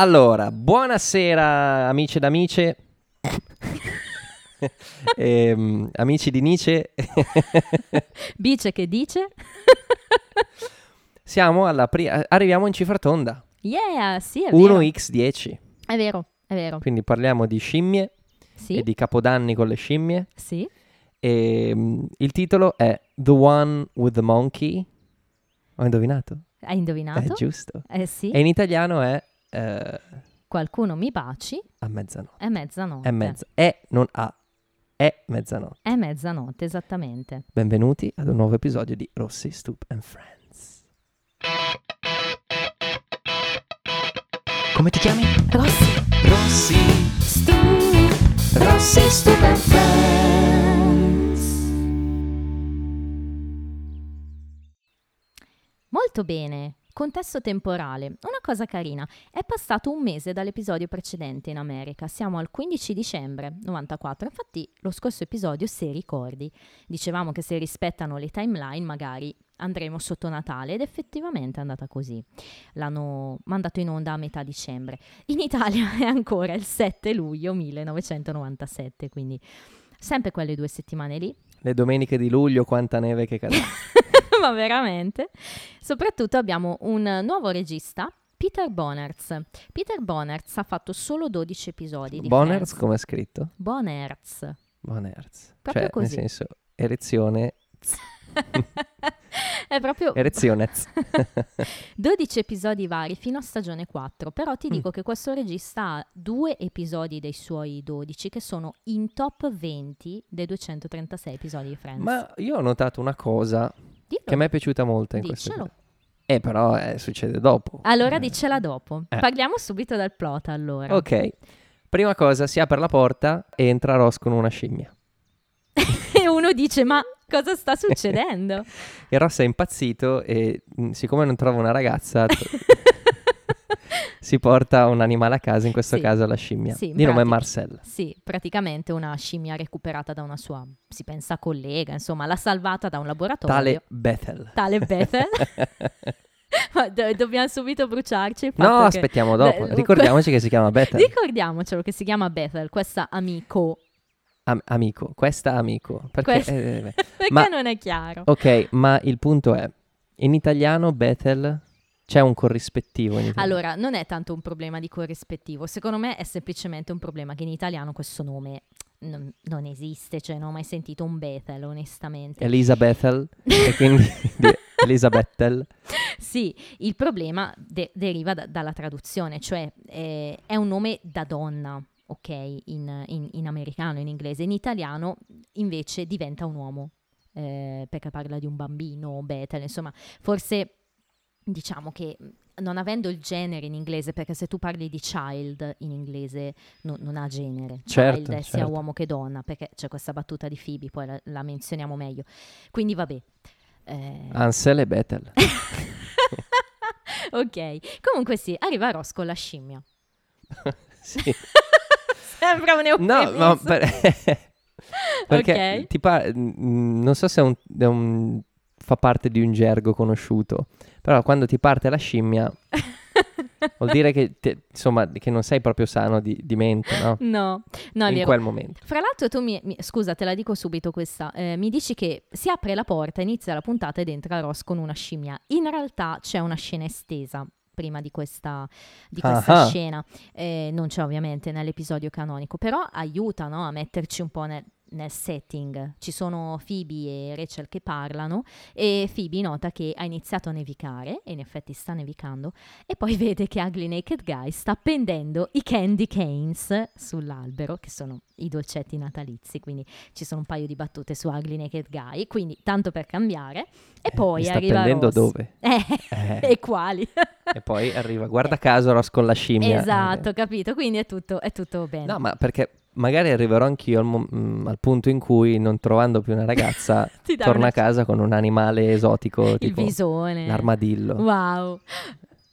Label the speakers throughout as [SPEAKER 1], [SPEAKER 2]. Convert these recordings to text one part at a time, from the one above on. [SPEAKER 1] Allora, buonasera amici ed amiche. Ehm, amici di Nice,
[SPEAKER 2] Bice che dice?
[SPEAKER 1] siamo alla pri- arriviamo in cifra tonda,
[SPEAKER 2] Yeah, sì, è vero.
[SPEAKER 1] 1x10,
[SPEAKER 2] È vero, è vero.
[SPEAKER 1] quindi parliamo di scimmie
[SPEAKER 2] Sì,
[SPEAKER 1] e di capodanni con le scimmie
[SPEAKER 2] sì.
[SPEAKER 1] e mm, il titolo è The One with the Monkey. Ho indovinato?
[SPEAKER 2] Hai
[SPEAKER 1] È
[SPEAKER 2] indovinato?
[SPEAKER 1] giusto.
[SPEAKER 2] Eh sì,
[SPEAKER 1] E in italiano è eh,
[SPEAKER 2] qualcuno mi baci,
[SPEAKER 1] a mezzanotte.
[SPEAKER 2] è mezzanotte.
[SPEAKER 1] È mezza. È non a. È mezzanotte.
[SPEAKER 2] È mezzanotte, esattamente.
[SPEAKER 1] Benvenuti ad un nuovo episodio di Rossi, Stoop and Friends. Come ti chiami?
[SPEAKER 2] Rossi,
[SPEAKER 1] Rossi.
[SPEAKER 2] stu,
[SPEAKER 1] Rossi, Stoop and Friends.
[SPEAKER 2] Molto bene. Contesto temporale. Una cosa carina. È passato un mese dall'episodio precedente in America. Siamo al 15 dicembre 94. Infatti, lo scorso episodio, se ricordi, dicevamo che se rispettano le timeline, magari andremo sotto Natale ed effettivamente è andata così. L'hanno mandato in onda a metà dicembre. In Italia è ancora il 7 luglio 1997, quindi sempre quelle due settimane lì.
[SPEAKER 1] Le domeniche di luglio, quanta neve che cade.
[SPEAKER 2] ma veramente. Soprattutto abbiamo un nuovo regista, Peter Bonerz. Peter Bonerz ha fatto solo 12 episodi di
[SPEAKER 1] Boners,
[SPEAKER 2] Friends.
[SPEAKER 1] come è scritto?
[SPEAKER 2] Bonerz.
[SPEAKER 1] Boners.
[SPEAKER 2] Proprio
[SPEAKER 1] cioè,
[SPEAKER 2] così.
[SPEAKER 1] nel senso, erezione,
[SPEAKER 2] È proprio
[SPEAKER 1] erezione. z.
[SPEAKER 2] 12 episodi vari fino a stagione 4, però ti
[SPEAKER 1] Mm.
[SPEAKER 2] dico che questo regista ha due episodi dei suoi 12 che sono in top 20 dei 236 episodi di Friends.
[SPEAKER 1] Ma io ho notato una cosa
[SPEAKER 2] Dillo,
[SPEAKER 1] che mi è piaciuta molto in questo
[SPEAKER 2] diccelo.
[SPEAKER 1] episodio. Eh, però eh, succede dopo.
[SPEAKER 2] Allora
[SPEAKER 1] Eh,
[SPEAKER 2] dicela dopo.
[SPEAKER 1] Eh.
[SPEAKER 2] Parliamo subito dal plot allora.
[SPEAKER 1] Ok. Prima cosa, si apre la porta e entra Ross con una scimmia.
[SPEAKER 2] e uno dice "Ma cosa sta succedendo?"
[SPEAKER 1] E Ross è impazzito e mh, siccome non trova una ragazza t- si porta un animale a casa, in questo
[SPEAKER 2] Sì.
[SPEAKER 1] caso la scimmia,
[SPEAKER 2] Sì, in
[SPEAKER 1] di nome
[SPEAKER 2] pratica.
[SPEAKER 1] Marcella.
[SPEAKER 2] Sì, praticamente una scimmia recuperata da una sua, si pensa collega, insomma, l'ha salvata da un laboratorio.
[SPEAKER 1] Tale Bethel.
[SPEAKER 2] Tale Bethel. Ma do- dobbiamo subito bruciarci. il fatto
[SPEAKER 1] No,
[SPEAKER 2] che-
[SPEAKER 1] aspettiamo dopo.
[SPEAKER 2] Beh,
[SPEAKER 1] Ricordiamoci che si chiama Bethel.
[SPEAKER 2] Ricordiamocelo che si chiama Bethel, questa amico.
[SPEAKER 1] Am- amico, questa amico. Perché,
[SPEAKER 2] Questa-
[SPEAKER 1] eh, beh.
[SPEAKER 2] Perché
[SPEAKER 1] Ma-
[SPEAKER 2] non è chiaro.
[SPEAKER 1] ok, ma il punto è, in italiano Bethel c'è un corrispettivo in italiano.
[SPEAKER 2] Allora, non è tanto un problema di corrispettivo, secondo me è semplicemente un problema che in italiano questo nome non, non esiste, cioè non ho mai sentito un Bethel, onestamente.
[SPEAKER 1] Elisa Bethel, e quindi di Elisa Bethel.
[SPEAKER 2] Sì, il problema de- deriva da- dalla traduzione, cioè eh, è un nome da donna, ok, in, in- in americano, in inglese, in italiano invece diventa un uomo, eh, perché parla di un bambino, Bethel, insomma, forse diciamo che mh, non avendo il genere in inglese, perché se tu parli di child in inglese no- non ha genere,
[SPEAKER 1] Certo,
[SPEAKER 2] child è sia
[SPEAKER 1] certo.
[SPEAKER 2] uomo che donna, perché c'è questa battuta di Phoebe, poi la, la menzioniamo meglio, quindi vabbè. eh,
[SPEAKER 1] Ansel e Bethel.
[SPEAKER 2] ok, comunque sì, arriva Ross con la scimmia.
[SPEAKER 1] sì.
[SPEAKER 2] Sembra un eufemismo.
[SPEAKER 1] No, ma per- perché
[SPEAKER 2] Ok.
[SPEAKER 1] ti par- mm, non so se è un- è un- fa parte di un gergo conosciuto, però quando ti parte la scimmia vuol dire che, te- insomma, che non sei proprio sano di, di mente, no?
[SPEAKER 2] No, no, è
[SPEAKER 1] In
[SPEAKER 2] vero.
[SPEAKER 1] quel momento.
[SPEAKER 2] Fra l'altro tu mi, mi- Scusa, te la dico subito questa. eh, mi dici che si apre la porta, inizia la puntata ed entra Ross con una scimmia. In realtà c'è una scena estesa prima di questa, di questa
[SPEAKER 1] Ah ah.
[SPEAKER 2] scena. Eh, non c'è ovviamente nell'episodio canonico, però aiuta no, a metterci un po' nel, nel setting. Ci sono Phoebe e Rachel che parlano e Phoebe nota che ha iniziato a nevicare, e in effetti sta nevicando, e poi vede che Ugly Naked Guy sta appendendo i candy canes sull'albero, che sono i dolcetti natalizi, quindi ci sono un paio di battute su Ugly Naked Guy, quindi tanto per cambiare. E poi
[SPEAKER 1] Eh, Mi sta
[SPEAKER 2] arriva
[SPEAKER 1] prendendo
[SPEAKER 2] Ross.
[SPEAKER 1] dove?
[SPEAKER 2] Eh,
[SPEAKER 1] Eh,
[SPEAKER 2] e quali?
[SPEAKER 1] e poi arriva, guarda caso, Ross con la scimmia. Eh,
[SPEAKER 2] esatto, capito, quindi è tutto, è tutto bene.
[SPEAKER 1] No, ma perché magari arriverò anch'io al, mo- mm, al punto in cui, non trovando più una ragazza,
[SPEAKER 2] Ti dà
[SPEAKER 1] torno
[SPEAKER 2] una-
[SPEAKER 1] a casa con un animale esotico,
[SPEAKER 2] il
[SPEAKER 1] tipo
[SPEAKER 2] visone.
[SPEAKER 1] l'armadillo.
[SPEAKER 2] Wow.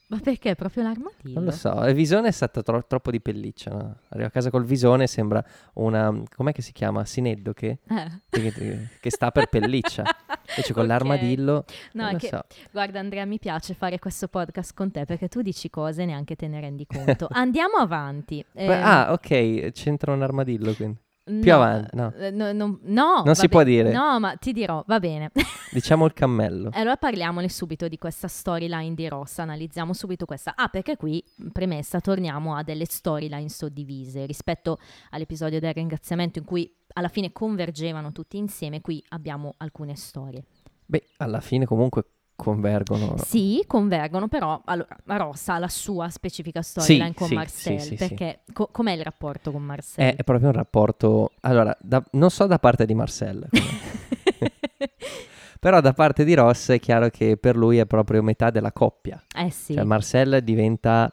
[SPEAKER 2] Ma perché? Proprio l'armadillo?
[SPEAKER 1] Non lo so, il visone è stato tro- troppo di pelliccia. no? Arrivo a casa col visone e sembra una. com'è che si chiama? Sineddo che,
[SPEAKER 2] Eh.
[SPEAKER 1] che, che sta per pelliccia. Invece con
[SPEAKER 2] Ok.
[SPEAKER 1] l'armadillo.
[SPEAKER 2] No,
[SPEAKER 1] non
[SPEAKER 2] è
[SPEAKER 1] lo
[SPEAKER 2] che,
[SPEAKER 1] so.
[SPEAKER 2] guarda Andrea, mi piace fare questo podcast con te perché tu dici cose e neanche te ne rendi conto. Andiamo avanti. Eh,
[SPEAKER 1] Beh, ah, ok, c'entra un armadillo quindi. più
[SPEAKER 2] no,
[SPEAKER 1] avanti, no.
[SPEAKER 2] eh, no, no, no,
[SPEAKER 1] Non
[SPEAKER 2] va
[SPEAKER 1] si può dire.
[SPEAKER 2] No, ma ti dirò, va bene.
[SPEAKER 1] Diciamo il cammello.
[SPEAKER 2] Allora parliamone subito di questa storyline di Rossa, analizziamo subito questa. Ah, perché qui, premessa, torniamo a delle storyline suddivise rispetto all'episodio del ringraziamento in cui alla fine convergevano tutti insieme, qui abbiamo alcune storie.
[SPEAKER 1] Beh, alla fine comunque convergono.
[SPEAKER 2] Sì, convergono, però allora, Rossa ha la sua specifica storyline con
[SPEAKER 1] sì,
[SPEAKER 2] Marcel,
[SPEAKER 1] sì, Eh, sì, sì.
[SPEAKER 2] perché co- com'è il rapporto con Marcel?
[SPEAKER 1] È, è proprio un rapporto. Allora, da- non so da parte di Marcel, però da parte di Ross è chiaro che per lui è proprio metà della coppia.
[SPEAKER 2] eh sì,
[SPEAKER 1] Cioè, Marcel diventa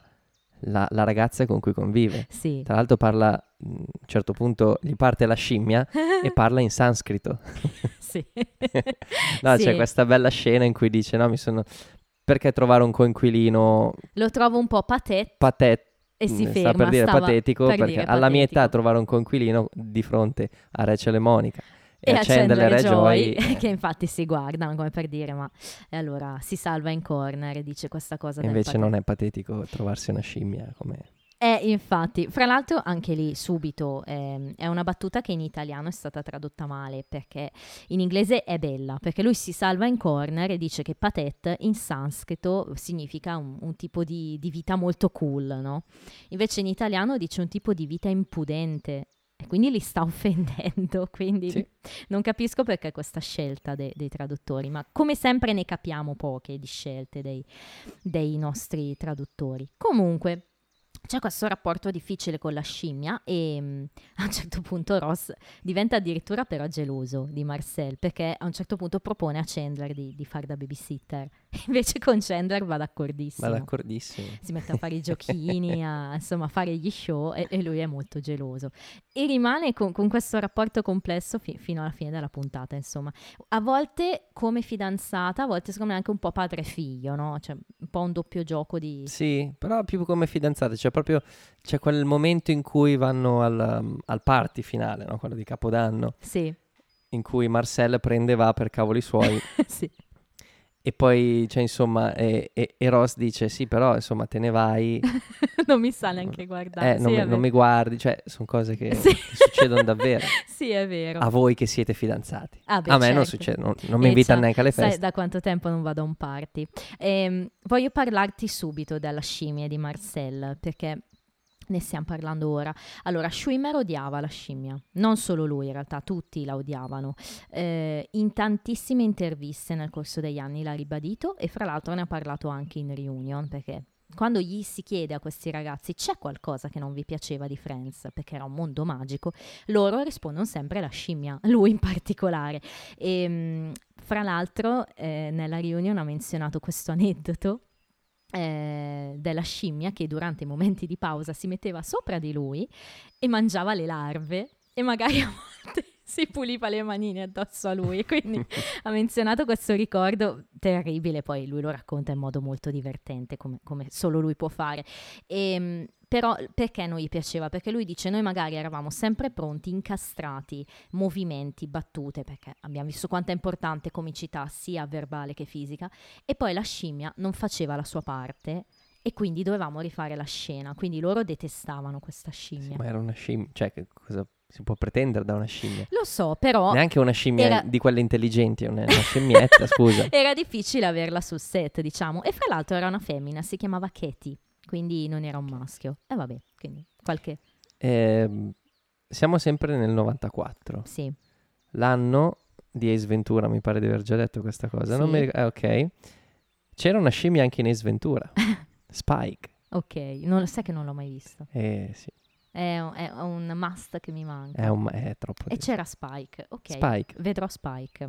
[SPEAKER 1] la, la ragazza con cui convive.
[SPEAKER 2] sì.
[SPEAKER 1] Tra l'altro parla, mh, a un certo punto gli parte la scimmia e parla in sanscrito.
[SPEAKER 2] sì.
[SPEAKER 1] No,
[SPEAKER 2] Sì.
[SPEAKER 1] C'è questa bella scena in cui dice, no, mi sono... Perché trovare un coinquilino
[SPEAKER 2] Lo trovo un po' patè
[SPEAKER 1] patetico?
[SPEAKER 2] e si
[SPEAKER 1] sta
[SPEAKER 2] ferma.
[SPEAKER 1] per dire
[SPEAKER 2] stava-
[SPEAKER 1] patetico
[SPEAKER 2] per
[SPEAKER 1] perché
[SPEAKER 2] dire
[SPEAKER 1] alla mia
[SPEAKER 2] patetico.
[SPEAKER 1] età trovare un coinquilino di fronte a Rachel e Monica
[SPEAKER 2] e accendere
[SPEAKER 1] Re
[SPEAKER 2] Joy,
[SPEAKER 1] Joy,
[SPEAKER 2] che infatti si guardano come per dire ma e allora si salva in corner e dice questa cosa
[SPEAKER 1] eh, invece non è patetico trovarsi una scimmia come
[SPEAKER 2] è Eh, infatti fra l'altro anche lì subito ehm, è una battuta che in italiano è stata tradotta male perché in inglese è bella perché lui si salva in corner e dice che patet in sanscrito significa un, un tipo di, di vita molto cool no? invece in italiano dice un tipo di vita impudente e quindi li sta offendendo quindi
[SPEAKER 1] Sì.
[SPEAKER 2] non capisco perché questa scelta de- dei traduttori, ma come sempre ne capiamo poche di scelte dei, dei nostri traduttori. Comunque, c'è questo rapporto difficile con la scimmia e mm, a un certo punto Ross diventa addirittura però geloso di Marcel perché a un certo punto propone a Chandler di, di fare da babysitter. Invece con Chandler va
[SPEAKER 1] ma
[SPEAKER 2] d'accordissimo.
[SPEAKER 1] d'accordissimo
[SPEAKER 2] si mette a fare i giochini, a, insomma a fare gli show e, e lui è molto geloso. E rimane con, con questo rapporto complesso fi- fino alla fine della puntata, insomma. A volte come fidanzata, a volte secondo me anche un po' padre-figlio, no? Cioè un po' un doppio gioco di...
[SPEAKER 1] sì però più come fidanzate cioè proprio c'è quel momento in cui vanno al, mm, al party finale no? quello di Capodanno
[SPEAKER 2] Sì,
[SPEAKER 1] in cui Marcel prende e va per cavoli suoi
[SPEAKER 2] sì.
[SPEAKER 1] e poi cioè insomma e, e- e Ross dice sì però insomma te ne vai
[SPEAKER 2] non mi sa neanche guardare.
[SPEAKER 1] eh, non, mi,
[SPEAKER 2] sì, è
[SPEAKER 1] non mi
[SPEAKER 2] vero.
[SPEAKER 1] guardi cioè sono cose che
[SPEAKER 2] Sì.
[SPEAKER 1] che succedono davvero
[SPEAKER 2] Sì, è vero.
[SPEAKER 1] a voi che siete fidanzati.
[SPEAKER 2] Ah, beh,
[SPEAKER 1] a me non
[SPEAKER 2] certo.
[SPEAKER 1] succede, non, non
[SPEAKER 2] Eh,
[SPEAKER 1] mi invitano
[SPEAKER 2] già,
[SPEAKER 1] neanche alle
[SPEAKER 2] Sai
[SPEAKER 1] feste.
[SPEAKER 2] da quanto tempo non vado a un party? Ehm, voglio parlarti subito della scimmia di Marcel perché ne stiamo parlando ora. Allora, Schumer odiava la scimmia, non solo lui in realtà, tutti la odiavano. Eh, in tantissime interviste nel corso degli anni l'ha ribadito e fra l'altro ne ha parlato anche in reunion perché... Quando gli si chiede a questi ragazzi c'è qualcosa che non vi piaceva di Friends perché era un mondo magico, loro rispondono sempre la scimmia, lui in particolare. E, mh, Ehm, fra l'altro, eh, nella reunion ha menzionato questo aneddoto eh, della scimmia che durante i momenti di pausa si metteva sopra di lui e mangiava le larve e magari a volte si puliva le manine addosso a lui. Quindi ha menzionato questo ricordo terribile, poi lui lo racconta in modo molto divertente, come, come solo lui può fare. E, mh, però perché non gli piaceva? Perché lui dice noi magari eravamo sempre pronti, incastrati, movimenti, battute, perché abbiamo visto quanto è importante comicità sia verbale che fisica, e poi la scimmia non faceva la sua parte e quindi dovevamo rifare la scena, quindi loro detestavano questa
[SPEAKER 1] Sì,
[SPEAKER 2] scimmia.
[SPEAKER 1] ma era una scimmia, cioè che cosa si può pretendere da una scimmia?
[SPEAKER 2] Lo so, però
[SPEAKER 1] Neanche una scimmia
[SPEAKER 2] era-
[SPEAKER 1] di quelle intelligenti, una, una scimmietta, scusa.
[SPEAKER 2] era difficile averla sul set, diciamo. E fra l'altro era una femmina, si chiamava Katie, quindi non era un maschio. E vabbè, quindi qualche...
[SPEAKER 1] Ehm, siamo sempre nel 94,
[SPEAKER 2] Sì,
[SPEAKER 1] l'anno di Ace Ventura, mi pare di aver già detto questa cosa. Non
[SPEAKER 2] Sì.
[SPEAKER 1] mi ric- eh, ok. C'era una scimmia anche in Ace Ventura, Spike.
[SPEAKER 2] ok. Non, sai che non l'ho mai visto.
[SPEAKER 1] Eh, sì,
[SPEAKER 2] È, è un must che mi manca.
[SPEAKER 1] è, un- è troppo. di-
[SPEAKER 2] E c'era Spike, ok.
[SPEAKER 1] Eh, Spike.
[SPEAKER 2] Vedrò Spike.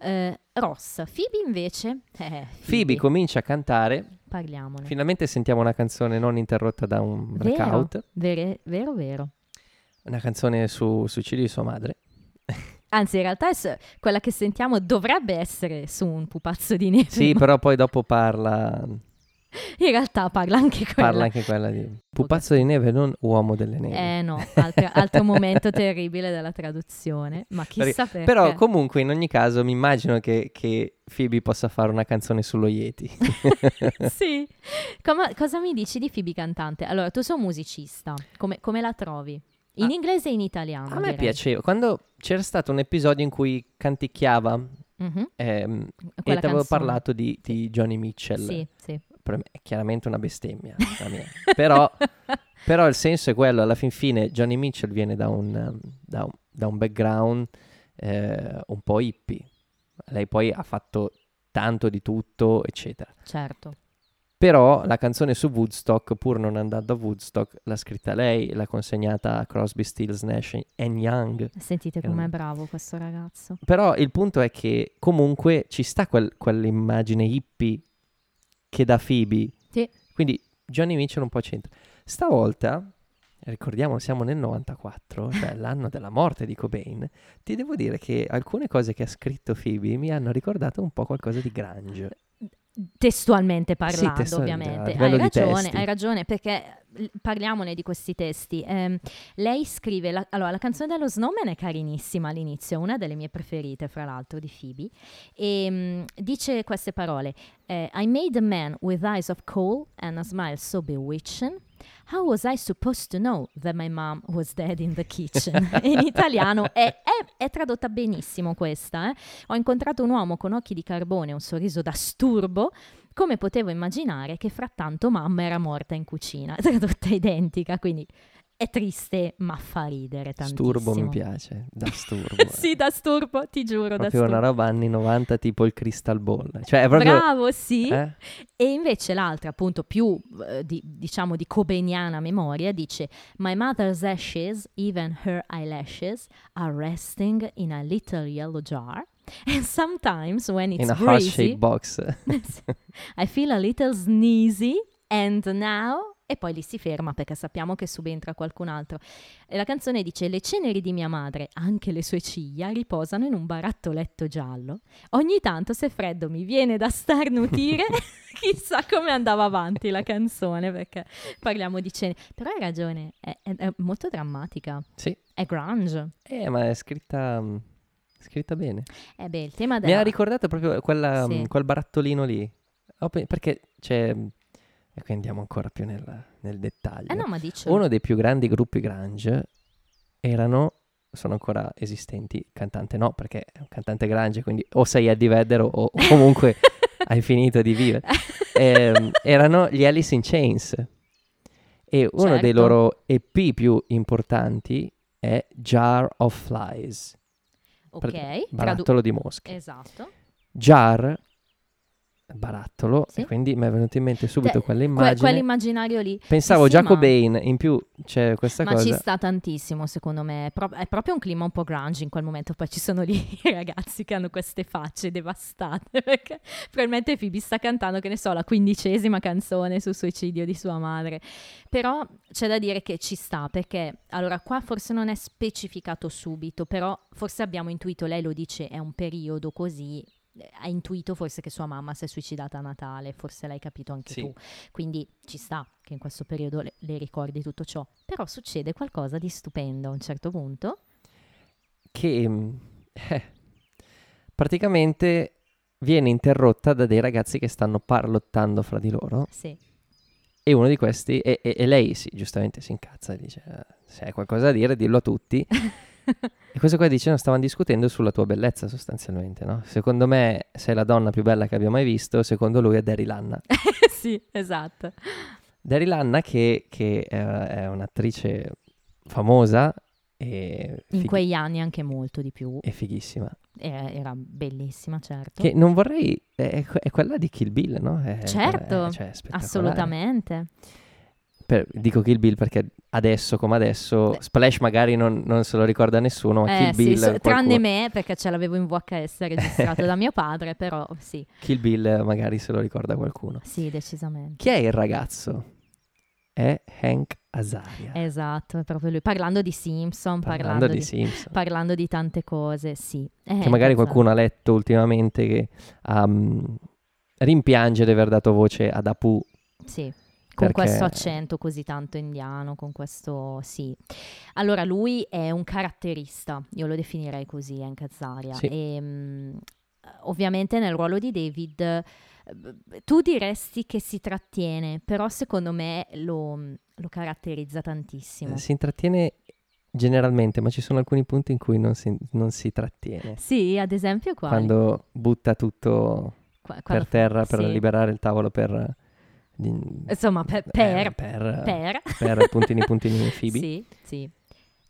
[SPEAKER 2] Eh, Ross, Phoebe invece... Eh,
[SPEAKER 1] Phoebe comincia a cantare,
[SPEAKER 2] Parliamone.
[SPEAKER 1] finalmente sentiamo una canzone non interrotta da un
[SPEAKER 2] vero,
[SPEAKER 1] breakout.
[SPEAKER 2] vero, vero, vero.
[SPEAKER 1] una canzone su, su CD di sua madre.
[SPEAKER 2] Anzi, in realtà è s- quella che sentiamo dovrebbe essere su un pupazzo di neve.
[SPEAKER 1] Sì, però poi dopo parla
[SPEAKER 2] In realtà parla anche quella.
[SPEAKER 1] Parla anche quella di pupazzo di neve, non uomo delle nevi.
[SPEAKER 2] Eh no, altra- altro momento terribile della traduzione, ma chissà perché.
[SPEAKER 1] Però comunque in ogni caso mi immagino che, che Phoebe possa fare una canzone sullo Yeti.
[SPEAKER 2] sì. Come- cosa mi dici di Phoebe cantante? Allora, tu sei un musicista, come, come la trovi? In
[SPEAKER 1] Ah.
[SPEAKER 2] inglese e in italiano.
[SPEAKER 1] A me
[SPEAKER 2] direi.
[SPEAKER 1] piaceva, quando c'era stato un episodio in cui canticchiava
[SPEAKER 2] Mhm,
[SPEAKER 1] ehm, e
[SPEAKER 2] quella
[SPEAKER 1] ti avevo
[SPEAKER 2] canzone.
[SPEAKER 1] parlato di, di Johnny Mitchell,
[SPEAKER 2] Sì, sì.
[SPEAKER 1] per me è chiaramente una bestemmia, la mia. Però, però il senso è quello, alla fin fine Johnny Mitchell viene da un, ehm, da un- da un background eh, un po' hippie, lei poi ha fatto tanto di tutto, eccetera.
[SPEAKER 2] certo.
[SPEAKER 1] Però la canzone su Woodstock, pur non andando a Woodstock, l'ha scritta lei, l'ha consegnata a Crosby, Stills, Nash and Young.
[SPEAKER 2] Sentite
[SPEAKER 1] Che
[SPEAKER 2] com'è
[SPEAKER 1] non-
[SPEAKER 2] bravo questo ragazzo.
[SPEAKER 1] Però il punto è che comunque ci sta quel- quell'immagine hippie che dà Phoebe.
[SPEAKER 2] Sì.
[SPEAKER 1] Quindi Johnny Mitchell un po' c'entra. Stavolta, ricordiamo, siamo nel 94, cioè l'anno della morte di Cobain, ti devo dire che alcune cose che ha scritto Phoebe mi hanno ricordato un po' qualcosa di Grange.
[SPEAKER 2] Testualmente parlando,
[SPEAKER 1] testualmente, a
[SPEAKER 2] ovviamente. Hai
[SPEAKER 1] livello di
[SPEAKER 2] ragione,
[SPEAKER 1] testi.
[SPEAKER 2] hai ragione, perché l- parliamone di questi testi. Ehm, lei scrive, la, allora la canzone dello Snowman è carinissima all'inizio, è una delle mie preferite, fra l'altro, di Phoebe, e mm, dice queste parole. eh, I made a man with eyes of coal and a smile so bewitching. How was I supposed to know that my mom was dead in the kitchen? in italiano è, è- è tradotta benissimo questa. eh. Ho incontrato un uomo con occhi di carbone e un sorriso da sturbo. Come potevo immaginare che frattanto mamma era morta in cucina? È tradotta identica, quindi è triste ma fa ridere tantissimo.
[SPEAKER 1] Sturbo mi piace, da sturbo. eh.
[SPEAKER 2] sì, da sturbo, ti giuro, da
[SPEAKER 1] proprio
[SPEAKER 2] sturbo.
[SPEAKER 1] una roba anni 90 tipo il Crystal Ball. Cioè è proprio...
[SPEAKER 2] Bravo, sì.
[SPEAKER 1] eh?
[SPEAKER 2] E invece l'altra, appunto, più eh, di, diciamo di cobeniana memoria, dice: My mother's ashes, even her eyelashes, are resting in a little yellow jar. And sometimes when it's
[SPEAKER 1] In a heart-shaped
[SPEAKER 2] breezy,
[SPEAKER 1] box.
[SPEAKER 2] I feel a little sneezy. And now. E poi lì si ferma perché sappiamo che subentra qualcun altro. E la canzone dice: Le ceneri di mia madre, anche le sue ciglia, riposano in un barattoletto giallo. Ogni tanto, se freddo mi viene da starnutire, chissà come andava avanti la canzone, perché parliamo di cene. Però hai ragione, è, è- è molto drammatica.
[SPEAKER 1] Sì.
[SPEAKER 2] È grunge.
[SPEAKER 1] Eh, ma è scritta, mm, scritta bene.
[SPEAKER 2] Eh beh, il tema
[SPEAKER 1] Mi ha
[SPEAKER 2] della...
[SPEAKER 1] ricordato proprio quella,
[SPEAKER 2] Sì.
[SPEAKER 1] mm, quel barattolino lì. Ho pe- Perché c'è... E qui andiamo ancora più nel, nel dettaglio.
[SPEAKER 2] eh no, ma dice...
[SPEAKER 1] Uno dei più grandi gruppi Grange erano... Sono ancora esistenti, il cantante no, perché è un cantante Grange, quindi o sei a Vedder o, o comunque hai finito di vivere. Ehm, erano gli Alice in Chains. E uno dei
[SPEAKER 2] Certo.
[SPEAKER 1] loro EP più importanti è Jar of Flies.
[SPEAKER 2] ok, tradu-
[SPEAKER 1] Barattolo di mosche.
[SPEAKER 2] Esatto.
[SPEAKER 1] Jar, barattolo,
[SPEAKER 2] Sì.
[SPEAKER 1] e quindi mi è venuto in mente subito
[SPEAKER 2] Te- Que-
[SPEAKER 1] quell'immagine.
[SPEAKER 2] quell'immaginario lì.
[SPEAKER 1] Pensavo
[SPEAKER 2] Sì, sì,
[SPEAKER 1] già
[SPEAKER 2] ma-
[SPEAKER 1] Cobain, in più c'è questa
[SPEAKER 2] Ma ci
[SPEAKER 1] cosa.
[SPEAKER 2] sta tantissimo, secondo me. È, pro- è proprio un clima un po' grunge in quel momento. Poi ci sono lì i ragazzi che hanno queste facce devastate. Perché probabilmente Phoebe sta cantando, che ne so, la quindicesima canzone sul suicidio di sua madre. Però c'è da dire che ci sta, perché allora qua forse non è specificato subito, però forse abbiamo intuito, lei lo dice, è un periodo così. eh, Ha intuito forse che sua mamma si è suicidata a Natale, forse l'hai capito anche
[SPEAKER 1] Sì.
[SPEAKER 2] tu. Quindi ci sta che in questo periodo le, le ricordi tutto ciò. Però succede qualcosa di stupendo a un certo punto.
[SPEAKER 1] Che mh, eh, praticamente viene interrotta da dei ragazzi che stanno parlottando fra di loro.
[SPEAKER 2] Sì.
[SPEAKER 1] E uno di questi, e, e- e lei sì, giustamente si incazza e dice: "Eh, Se hai qualcosa da dire, dillo a tutti. e questo qua dice: No, stavano discutendo sulla tua bellezza, sostanzialmente. No? Secondo me sei la donna più bella che abbia mai visto. Secondo lui è Daryl Anna.
[SPEAKER 2] sì, esatto.
[SPEAKER 1] Daryl Anna, che, che, eh, è un'attrice famosa e,
[SPEAKER 2] In
[SPEAKER 1] fighi-
[SPEAKER 2] quegli anni anche molto di più.
[SPEAKER 1] e fighissima.
[SPEAKER 2] Era, era bellissima, certo.
[SPEAKER 1] Che non vorrei. È, è quella di Kill Bill, no? È-
[SPEAKER 2] Certo,
[SPEAKER 1] è- cioè, è spettacolare.
[SPEAKER 2] Assolutamente.
[SPEAKER 1] Per- dico Kill Bill perché adesso come adesso
[SPEAKER 2] Beh.
[SPEAKER 1] Splash magari non, non se lo ricorda nessuno, ma
[SPEAKER 2] Eh,
[SPEAKER 1] Kill
[SPEAKER 2] sì,
[SPEAKER 1] Bill,
[SPEAKER 2] so-
[SPEAKER 1] qualcuno-
[SPEAKER 2] tranne me, perché ce l'avevo in VHS registrato da mio padre, però sì,
[SPEAKER 1] Kill Bill magari se lo ricorda qualcuno.
[SPEAKER 2] sì, decisamente.
[SPEAKER 1] Chi è il ragazzo? È Hank Azaria.
[SPEAKER 2] Esatto, è proprio lui. Parlando di Simpson, parlando,
[SPEAKER 1] parlando di
[SPEAKER 2] di,
[SPEAKER 1] Simpson.
[SPEAKER 2] parlando di tante cose, sì. Eh,
[SPEAKER 1] che magari
[SPEAKER 2] esatto.
[SPEAKER 1] qualcuno ha letto ultimamente che um, rimpiange di aver dato voce ad Apu
[SPEAKER 2] Sì. Con
[SPEAKER 1] Perché-
[SPEAKER 2] questo accento così tanto indiano, con questo sì. Allora lui è un caratterista, io lo definirei così, Hank Azaria.
[SPEAKER 1] Sì.
[SPEAKER 2] Ehm, ovviamente nel ruolo di David eh, tu diresti che si trattiene, però secondo me lo, lo caratterizza tantissimo.
[SPEAKER 1] Eh, Si intrattiene generalmente, ma ci sono alcuni punti in cui non si, non si trattiene.
[SPEAKER 2] Sì, ad esempio quali?
[SPEAKER 1] Quando butta tutto
[SPEAKER 2] Qua- quando-
[SPEAKER 1] per terra per
[SPEAKER 2] sì.
[SPEAKER 1] liberare il tavolo per... eh, di-
[SPEAKER 2] Insomma, per...
[SPEAKER 1] eh,
[SPEAKER 2] per,
[SPEAKER 1] per,
[SPEAKER 2] per.
[SPEAKER 1] Eh, per puntini puntini fibi.
[SPEAKER 2] Sì, sì.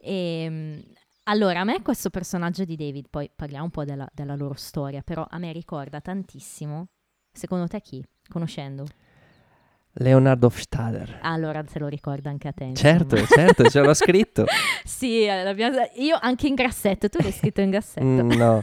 [SPEAKER 2] Ehm, allora, a me questo personaggio di David, poi parliamo un po' della, della loro storia, però a me ricorda tantissimo, secondo te chi? Conoscendo?
[SPEAKER 1] Leonardo Hofstadter.
[SPEAKER 2] Allora, se lo ricorda anche a te. insomma.
[SPEAKER 1] Certo, certo, ce l'ho scritto.
[SPEAKER 2] sì, eh, l'abbiamo- io anche in grassetto, tu l'hai scritto in grassetto.
[SPEAKER 1] Mm, no, ho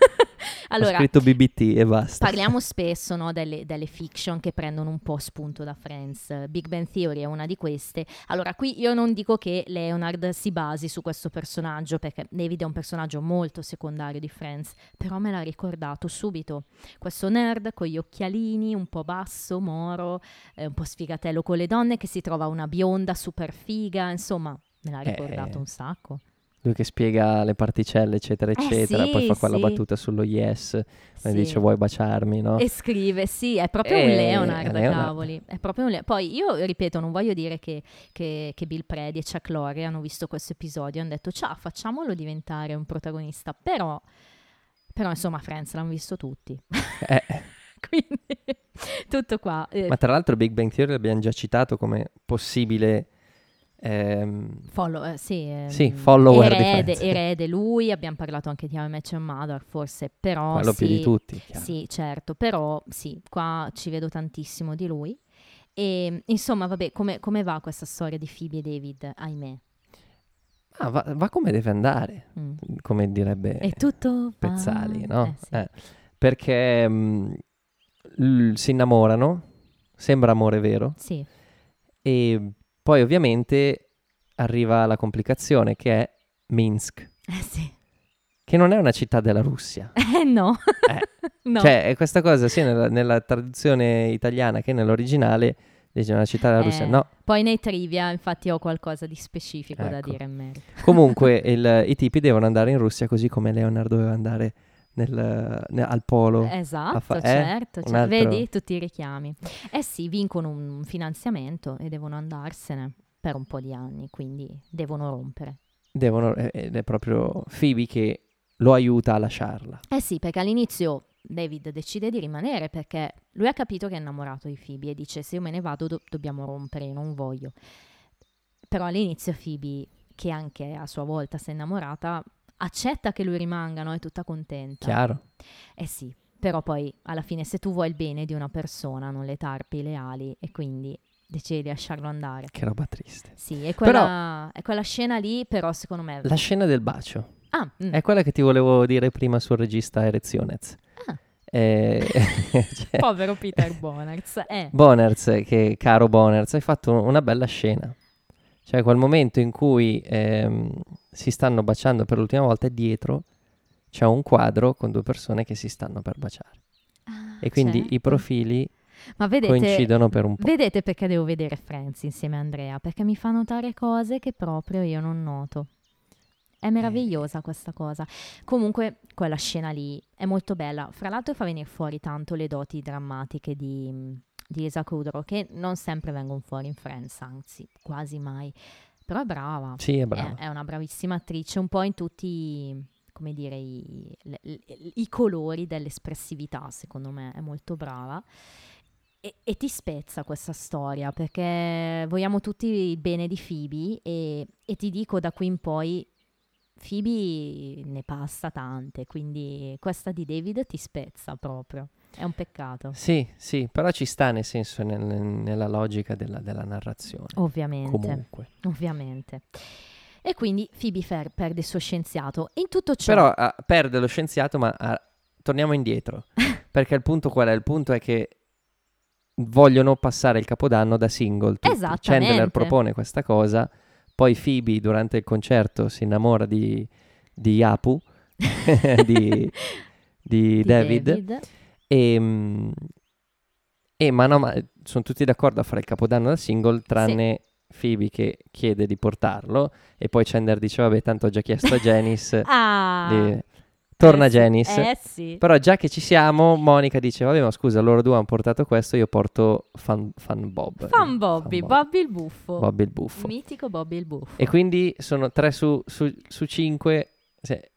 [SPEAKER 2] allora,
[SPEAKER 1] scritto BBT e basta.
[SPEAKER 2] Parliamo spesso no, delle, delle fiction che prendono un po' spunto da Friends. Big Bang Theory è una di queste. Allora, qui io non dico che Leonard si basi su questo personaggio, perché David è un personaggio molto secondario di Friends, però me l'ha ricordato subito. Questo nerd con gli occhialini, un po' basso, moro, eh, un po' sfigatello con le donne, che si trova una bionda super figa, insomma... Me l'ha
[SPEAKER 1] Eh,
[SPEAKER 2] ricordato un sacco.
[SPEAKER 1] Lui che spiega le particelle, eccetera, eccetera.
[SPEAKER 2] Eh, sì,
[SPEAKER 1] poi fa quella
[SPEAKER 2] sì.
[SPEAKER 1] battuta sullo yes. E
[SPEAKER 2] Sì.
[SPEAKER 1] dice vuoi baciarmi, no?
[SPEAKER 2] E scrive, sì, è proprio un
[SPEAKER 1] Eh,
[SPEAKER 2] Leonard,
[SPEAKER 1] Leonard.
[SPEAKER 2] cavoli. È proprio un Le- Poi io ripeto, non voglio dire che, che- che Bill Predi e Chuck Lorre hanno visto questo episodio e hanno detto, ciao, facciamolo diventare un protagonista. Però, però insomma, Friends l'hanno visto tutti.
[SPEAKER 1] Eh,
[SPEAKER 2] Quindi, tutto qua. Eh,
[SPEAKER 1] ma tra l'altro Big Bang Theory l'abbiamo già citato come possibile... ehm,
[SPEAKER 2] follow- eh, sì, ehm,
[SPEAKER 1] Sì, follower di
[SPEAKER 2] erede,
[SPEAKER 1] Friends.
[SPEAKER 2] erede lui, abbiamo parlato anche di How I Met Your Mother, forse, però
[SPEAKER 1] quello più di
[SPEAKER 2] Oh, sì,
[SPEAKER 1] tutti. chiaro.
[SPEAKER 2] Sì, certo, però sì, qua ci vedo tantissimo di lui. E insomma, vabbè, come, come va questa storia di Phoebe e David? Ahimè.
[SPEAKER 1] Ah, va, va come deve andare,
[SPEAKER 2] Mm.
[SPEAKER 1] come direbbe
[SPEAKER 2] È tutto... va-
[SPEAKER 1] Eh, Pezzali, no?
[SPEAKER 2] Eh, sì.
[SPEAKER 1] Eh, perché mm, l- si innamorano, sembra amore vero,
[SPEAKER 2] Sì,
[SPEAKER 1] e poi ovviamente arriva la complicazione che è Minsk,
[SPEAKER 2] eh sì.
[SPEAKER 1] che non è una città della Russia.
[SPEAKER 2] Eh no. no.
[SPEAKER 1] Cioè, è questa cosa sia nella, nella traduzione italiana che nell'originale dice una città della Russia.
[SPEAKER 2] Eh.
[SPEAKER 1] No,
[SPEAKER 2] Poi nei trivia infatti ho qualcosa di specifico da
[SPEAKER 1] Ecco.
[SPEAKER 2] dire in merito.
[SPEAKER 1] comunque il- i tipi devono andare in Russia così come Leonardo doveva andare nel- ne- al polo.
[SPEAKER 2] Esatto,
[SPEAKER 1] a fa- eh,
[SPEAKER 2] certo.
[SPEAKER 1] un
[SPEAKER 2] cioè,
[SPEAKER 1] altro-
[SPEAKER 2] Vedi tutti i richiami. Eh sì, vincono un finanziamento e devono andarsene per un po' di anni, quindi devono rompere.
[SPEAKER 1] Devono- eh, ed è proprio Phoebe che lo aiuta a lasciarla.
[SPEAKER 2] Eh sì, perché all'inizio David decide di rimanere perché lui ha capito che è innamorato di Phoebe e dice se io me ne vado do- dobbiamo rompere, io non voglio. Però all'inizio Phoebe, che anche a sua volta si è innamorata, accetta che lui rimanga, no? È tutta contenta.
[SPEAKER 1] Chiaro?
[SPEAKER 2] Eh sì, però poi alla fine se tu vuoi il bene di una persona non le tarpi le ali e quindi decidi di lasciarlo andare.
[SPEAKER 1] Che roba triste.
[SPEAKER 2] Sì, e quella, è quella scena lì però secondo me...
[SPEAKER 1] La Ecco. scena del bacio.
[SPEAKER 2] Ah, mm.
[SPEAKER 1] È quella che ti volevo dire prima sul regista Erezionez.
[SPEAKER 2] Ah.
[SPEAKER 1] Eh, cioè,
[SPEAKER 2] povero Peter Bonards. Eh.
[SPEAKER 1] Boners, che caro Boners, hai fatto una bella scena. Cioè, quel momento in cui ehm, si stanno baciando per l'ultima volta e dietro c'è un quadro con due persone che si stanno per baciare. E quindi
[SPEAKER 2] Certo.
[SPEAKER 1] i profili
[SPEAKER 2] Ma vedete, mm,
[SPEAKER 1] coincidono per un po'.
[SPEAKER 2] Vedete perché devo vedere Friends insieme a Andrea? Perché mi fa notare cose che proprio io non noto. È meravigliosa questa cosa. Comunque, quella scena lì è molto bella. Fra l'altro, fa venire fuori tanto le doti drammatiche di, di Esa Kudrow, che non sempre vengono fuori in Friends, anzi, quasi mai. Però è brava.
[SPEAKER 1] Sì, è brava.
[SPEAKER 2] È, è una bravissima attrice, un po' in tutti, i- come dire, i, le- le- i colori dell'espressività, secondo me, è molto brava. E, e ti spezza questa storia perché vogliamo tutti il bene di Phoebe e, e ti dico da qui in poi Phoebe ne passa tante, quindi questa di David ti spezza proprio. È un peccato,
[SPEAKER 1] Sì, sì, però ci sta nel senso, nel- nel- nella logica della, della narrazione.
[SPEAKER 2] ovviamente.
[SPEAKER 1] Comunque.
[SPEAKER 2] Ovviamente. E quindi Phoebe Fer perde il suo scienziato. E in tutto ciò...
[SPEAKER 1] Però ah, perde lo scienziato, ma ah, torniamo indietro. perché il punto qual è? Il punto è che vogliono passare il capodanno da single. tutti.
[SPEAKER 2] Esattamente.
[SPEAKER 1] Chandler propone questa cosa, poi Phoebe durante il concerto si innamora di, di Apu, di, di
[SPEAKER 2] di
[SPEAKER 1] David, e, mm, E mano a mano sono tutti d'accordo a fare il capodanno da single, tranne Phoebe che chiede di portarlo. E poi Chandler dice: Vabbè, tanto ho già chiesto a Janice.
[SPEAKER 2] Ah,
[SPEAKER 1] Eh, di- Torna
[SPEAKER 2] eh sì,
[SPEAKER 1] Janice.
[SPEAKER 2] Eh sì.
[SPEAKER 1] Però già che ci siamo, Monica dice: Vabbè, ma scusa, loro due hanno portato questo, io porto Fan, fan Bob.
[SPEAKER 2] Fan Bobby, Bobby il buffo.
[SPEAKER 1] Bobby il buffo.
[SPEAKER 2] Mitico Bobby il buffo.
[SPEAKER 1] E quindi sono 3 su, 5,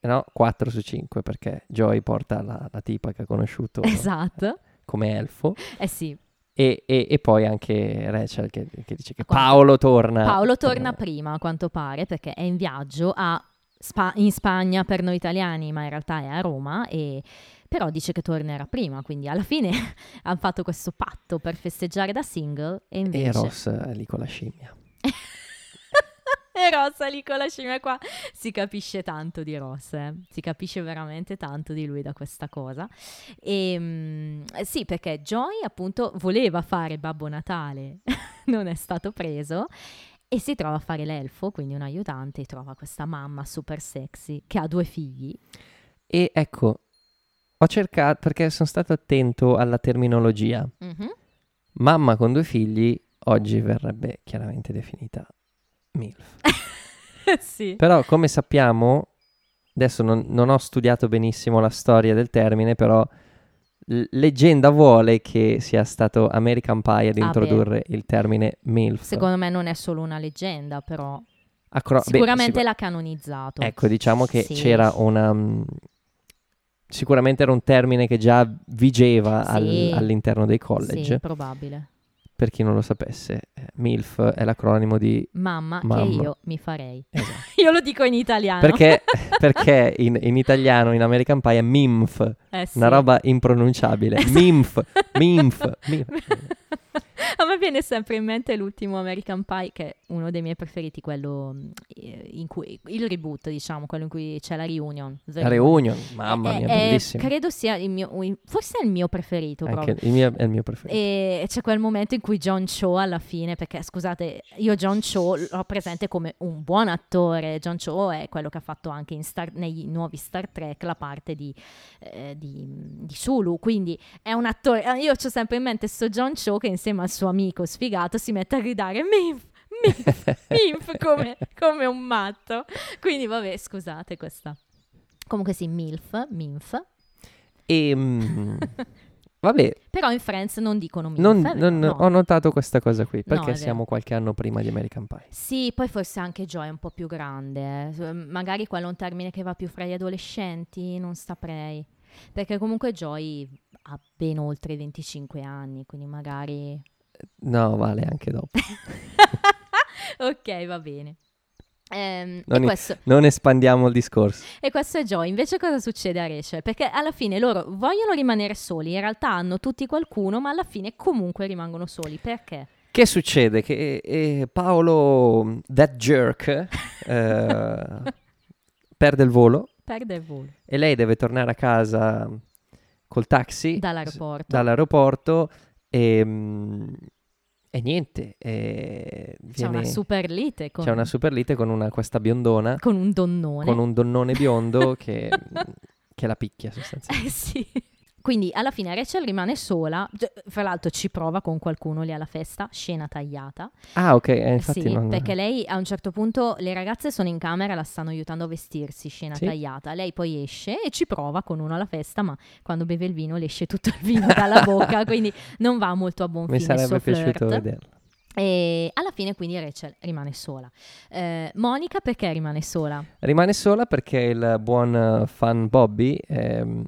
[SPEAKER 1] no, 4 su 5 perché Joy porta la, la tipa che ha conosciuto
[SPEAKER 2] Esatto.
[SPEAKER 1] come elfo
[SPEAKER 2] Eh sì,
[SPEAKER 1] e, e- e poi anche Rachel che, che dice che
[SPEAKER 2] Quanto-
[SPEAKER 1] Paolo torna. Eh,
[SPEAKER 2] Paolo torna prima, a quanto pare, perché è in viaggio a Spa- in Spagna per noi italiani, ma in realtà è a Roma, e- però dice che tornerà prima, quindi alla fine hanno fatto questo patto per festeggiare da single e invece...
[SPEAKER 1] E Ross è lì con la scimmia.
[SPEAKER 2] E Ross è lì con la scimmia qua. Si capisce tanto di Ross, eh. si capisce veramente tanto di lui da questa cosa. E, mm, eh, sì, perché Joy appunto voleva fare Babbo Natale, non è stato preso. E si trova a fare l'elfo, quindi un aiutante, e trova questa mamma super sexy che ha due figli.
[SPEAKER 1] E ecco, ho cercato perché sono stato attento alla terminologia.
[SPEAKER 2] Mhm.
[SPEAKER 1] Mamma con due figli oggi verrebbe chiaramente definita MILF.
[SPEAKER 2] sì.
[SPEAKER 1] Però, come sappiamo, adesso non, non ho studiato benissimo la storia del termine, però l- leggenda vuole che sia stato American Pie ad
[SPEAKER 2] Ah,
[SPEAKER 1] introdurre il termine MILF.
[SPEAKER 2] Secondo me non è solo una leggenda, però
[SPEAKER 1] A cro- beh,
[SPEAKER 2] sicuramente
[SPEAKER 1] sicur-
[SPEAKER 2] l'ha canonizzato.
[SPEAKER 1] Ecco, diciamo che
[SPEAKER 2] Sì.
[SPEAKER 1] c'era una... mm, Sicuramente era un termine che già vigeva al-
[SPEAKER 2] Sì.
[SPEAKER 1] all'interno dei college.
[SPEAKER 2] Sì, probabile.
[SPEAKER 1] Per chi non lo sapesse, eh, MILF è l'acronimo di...
[SPEAKER 2] Mamma,
[SPEAKER 1] Mamma.
[SPEAKER 2] che io mi farei.
[SPEAKER 1] Esatto.
[SPEAKER 2] Io lo dico in italiano.
[SPEAKER 1] Perché, perché in, in italiano, in American Pie, è MIMF.
[SPEAKER 2] Eh sì. Esatto.
[SPEAKER 1] Una roba impronunciabile. Mimf, mimf, mimf.
[SPEAKER 2] A me viene sempre in mente l'ultimo American Pie, che è uno dei miei preferiti, quello mh, eh, in cui il reboot, diciamo, quello in cui c'è la reunion. The
[SPEAKER 1] La Reunion, mamma mia,
[SPEAKER 2] Eh, eh,
[SPEAKER 1] bellissimo.
[SPEAKER 2] Credo sia il mio, il- forse è il mio preferito
[SPEAKER 1] Anche
[SPEAKER 2] proprio.
[SPEAKER 1] il mio, è il mio preferito.
[SPEAKER 2] E c'è quel momento in cui John Cho alla fine, perché scusate, io John Cho l'ho presente come un buon attore. John Cho è quello che ha fatto anche in Star- nei nuovi Star Trek la parte di, eh, di- di Sulu. Quindi è un attore. eh, Io ho sempre in mente sto John Cho che insieme al suo amico sfigato si mette a gridare Mimf, Mimf, Mimf come, come un matto. Quindi vabbè, scusate questa. Comunque sì, Milf, Mimf.
[SPEAKER 1] E, mm, vabbè,
[SPEAKER 2] Però in Friends non dicono Mimf.
[SPEAKER 1] non-
[SPEAKER 2] è vero,
[SPEAKER 1] non-
[SPEAKER 2] no.
[SPEAKER 1] ho notato questa cosa qui,
[SPEAKER 2] No,
[SPEAKER 1] perché
[SPEAKER 2] è
[SPEAKER 1] siamo
[SPEAKER 2] vero.
[SPEAKER 1] qualche anno prima di American Pie.
[SPEAKER 2] Sì, poi forse anche Joy è un po' più grande. eh. Magari quello è un termine che va più fra gli adolescenti, non saprei. Perché comunque Joy ha ben oltre i 25 anni, quindi magari...
[SPEAKER 1] No, vale anche dopo.
[SPEAKER 2] ok, va bene. Ehm, e,
[SPEAKER 1] Non i-
[SPEAKER 2] questo,
[SPEAKER 1] Non espandiamo il discorso.
[SPEAKER 2] e questo è Joy. Invece cosa succede a Rachel? Perché alla fine loro vogliono rimanere soli, in realtà hanno tutti qualcuno, ma alla fine comunque rimangono soli. Perché?
[SPEAKER 1] Che succede? Che eh, Paolo, mm, that jerk, eh, perde il volo
[SPEAKER 2] Perde il volo
[SPEAKER 1] e lei deve tornare a casa col taxi.
[SPEAKER 2] dall'aeroporto.
[SPEAKER 1] dall'aeroporto e, mm, e niente. e
[SPEAKER 2] C'è
[SPEAKER 1] viene-
[SPEAKER 2] una super lite con,
[SPEAKER 1] c'è una super lite con una, questa biondona,
[SPEAKER 2] con un donnone.
[SPEAKER 1] con un donnone biondo che, mm, che la picchia sostanzialmente.
[SPEAKER 2] Eh sì. Quindi alla fine Rachel rimane sola, gi- fra l'altro ci prova con qualcuno lì alla festa, scena tagliata.
[SPEAKER 1] Ah ok, eh, infatti
[SPEAKER 2] sì,
[SPEAKER 1] non...
[SPEAKER 2] perché lei a un certo punto le ragazze sono in camera, la stanno aiutando a vestirsi, scena
[SPEAKER 1] Sì.
[SPEAKER 2] tagliata. Lei poi esce e ci prova con uno alla festa, ma quando beve il vino le esce tutto il vino dalla bocca, quindi non va molto a buon
[SPEAKER 1] Mi
[SPEAKER 2] fine il suo
[SPEAKER 1] sarebbe piaciuto
[SPEAKER 2] flirt.
[SPEAKER 1] vederla.
[SPEAKER 2] E alla fine quindi Rachel rimane sola. Eh, Monica perché rimane sola?
[SPEAKER 1] Rimane sola perché il buon eh, fan Bobby ehm,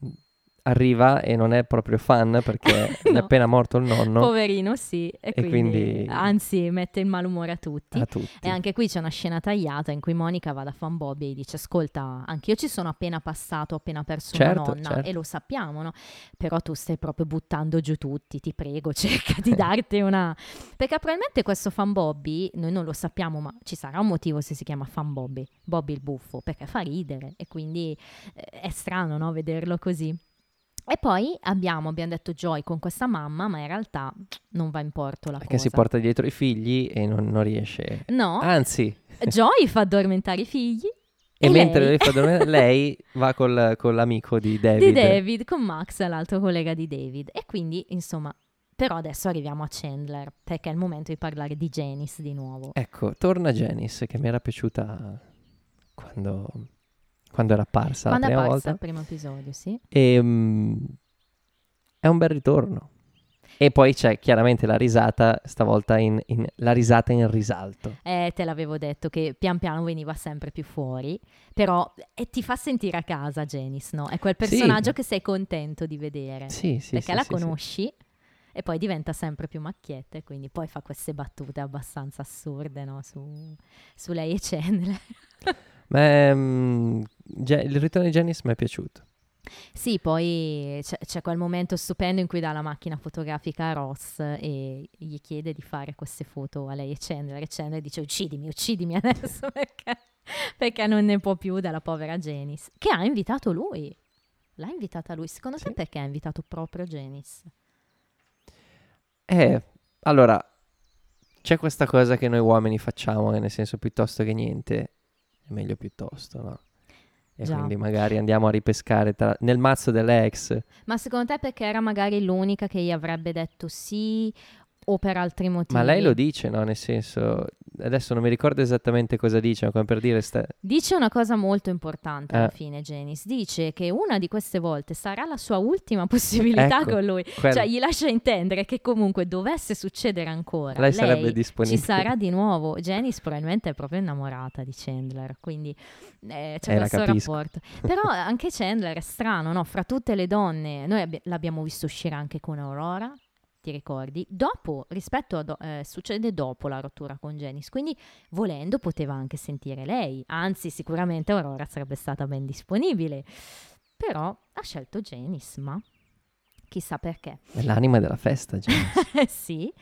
[SPEAKER 1] arriva e non è proprio fan perché
[SPEAKER 2] No.
[SPEAKER 1] è appena morto il nonno
[SPEAKER 2] Poverino sì, e,
[SPEAKER 1] E quindi-
[SPEAKER 2] anzi mette in malumore a tutti.
[SPEAKER 1] a tutti.
[SPEAKER 2] E anche qui c'è una scena tagliata in cui Monica va da fan Bobby e gli dice: Ascolta, anch'io ci sono appena passato, ho appena perso
[SPEAKER 1] Certo,
[SPEAKER 2] una nonna
[SPEAKER 1] certo.
[SPEAKER 2] e lo sappiamo, no? Però tu stai proprio buttando giù tutti, ti prego, cerca
[SPEAKER 1] Eh.
[SPEAKER 2] di darti una. Perché probabilmente questo fan Bobby, noi non lo sappiamo, ma ci sarà un motivo se si chiama fan Bobby, Bobby il buffo, perché fa ridere e quindi eh, è strano, no? Vederlo così. E poi abbiamo, abbiamo detto Joy con questa mamma, ma in realtà non va in porto la
[SPEAKER 1] Perché
[SPEAKER 2] cosa.
[SPEAKER 1] si porta dietro i figli e non, non riesce.
[SPEAKER 2] No,
[SPEAKER 1] Anzi,
[SPEAKER 2] Joy fa addormentare i figli
[SPEAKER 1] E,
[SPEAKER 2] E
[SPEAKER 1] mentre
[SPEAKER 2] lei?
[SPEAKER 1] lei fa dormire, lei va col- con l'amico di David.
[SPEAKER 2] di David con Max, l'altro collega di David. E quindi, insomma, Però adesso arriviamo a Chandler, perché è il momento di parlare di Janice di nuovo.
[SPEAKER 1] Ecco, torna Janice, che mi era piaciuta quando, quando era apparsa
[SPEAKER 2] Quando
[SPEAKER 1] la
[SPEAKER 2] è
[SPEAKER 1] prima volta.
[SPEAKER 2] apparsa il primo episodio, sì.
[SPEAKER 1] E, mm, è un bel ritorno. E poi c'è chiaramente la risata, stavolta in, in- la risata in risalto.
[SPEAKER 2] Eh, te l'avevo detto che pian piano veniva sempre più fuori, però eh, ti fa sentire a casa Janice, no? È quel personaggio che sei contento di vedere,
[SPEAKER 1] Sì, sì,
[SPEAKER 2] Eh,
[SPEAKER 1] sì,
[SPEAKER 2] perché la
[SPEAKER 1] sì, sì.
[SPEAKER 2] conosci e poi diventa sempre più macchietta e quindi poi fa queste battute abbastanza assurde, no? Su, su lei e Chandler.
[SPEAKER 1] Ma è, mm, Ge- il ritorno di Janice mi è piaciuto.
[SPEAKER 2] Sì, poi c'è, c'è quel momento stupendo in cui dà la macchina fotografica a Ross e gli chiede di fare queste foto a lei e Chandler e Chandler dice uccidimi, uccidimi adesso perché, perché non ne può più dalla povera Janice che ha invitato lui. L'ha invitata lui. Secondo te
[SPEAKER 1] Sì.
[SPEAKER 2] perché ha invitato proprio Janice?
[SPEAKER 1] Eh, allora, c'è questa cosa che noi uomini facciamo, eh, nel senso piuttosto che niente, è meglio piuttosto, no? E
[SPEAKER 2] Già.
[SPEAKER 1] quindi magari andiamo a ripescare tra- nel mazzo delle ex.
[SPEAKER 2] Ma secondo te perché era magari l'unica che gli avrebbe detto sì o per altri motivi?
[SPEAKER 1] Ma lei lo dice, no? Nel senso, adesso non mi ricordo esattamente cosa dice, ma come per dire, sta-
[SPEAKER 2] Dice una cosa molto importante alla
[SPEAKER 1] Eh.
[SPEAKER 2] fine, Janice. Dice che una di queste volte sarà la sua ultima possibilità
[SPEAKER 1] Ecco,
[SPEAKER 2] con lui.
[SPEAKER 1] quella-
[SPEAKER 2] Cioè, gli lascia intendere che comunque dovesse succedere ancora,
[SPEAKER 1] lei sarebbe
[SPEAKER 2] ci
[SPEAKER 1] disponibile.
[SPEAKER 2] sarà di nuovo. Janice probabilmente è proprio innamorata di Chandler, quindi eh, c'è
[SPEAKER 1] Eh, la
[SPEAKER 2] questo
[SPEAKER 1] capisco.
[SPEAKER 2] rapporto. Però anche Chandler è strano, no? Fra tutte le donne, noi abbi- l'abbiamo visto uscire anche con Aurora. Ti ricordi? Dopo, rispetto a do- eh, succede dopo la rottura con Janice, quindi volendo poteva anche sentire lei, anzi sicuramente Aurora sarebbe stata ben disponibile, però ha scelto Janice, ma chissà perché.
[SPEAKER 1] È l'anima della festa, Janice.
[SPEAKER 2] Eh sì,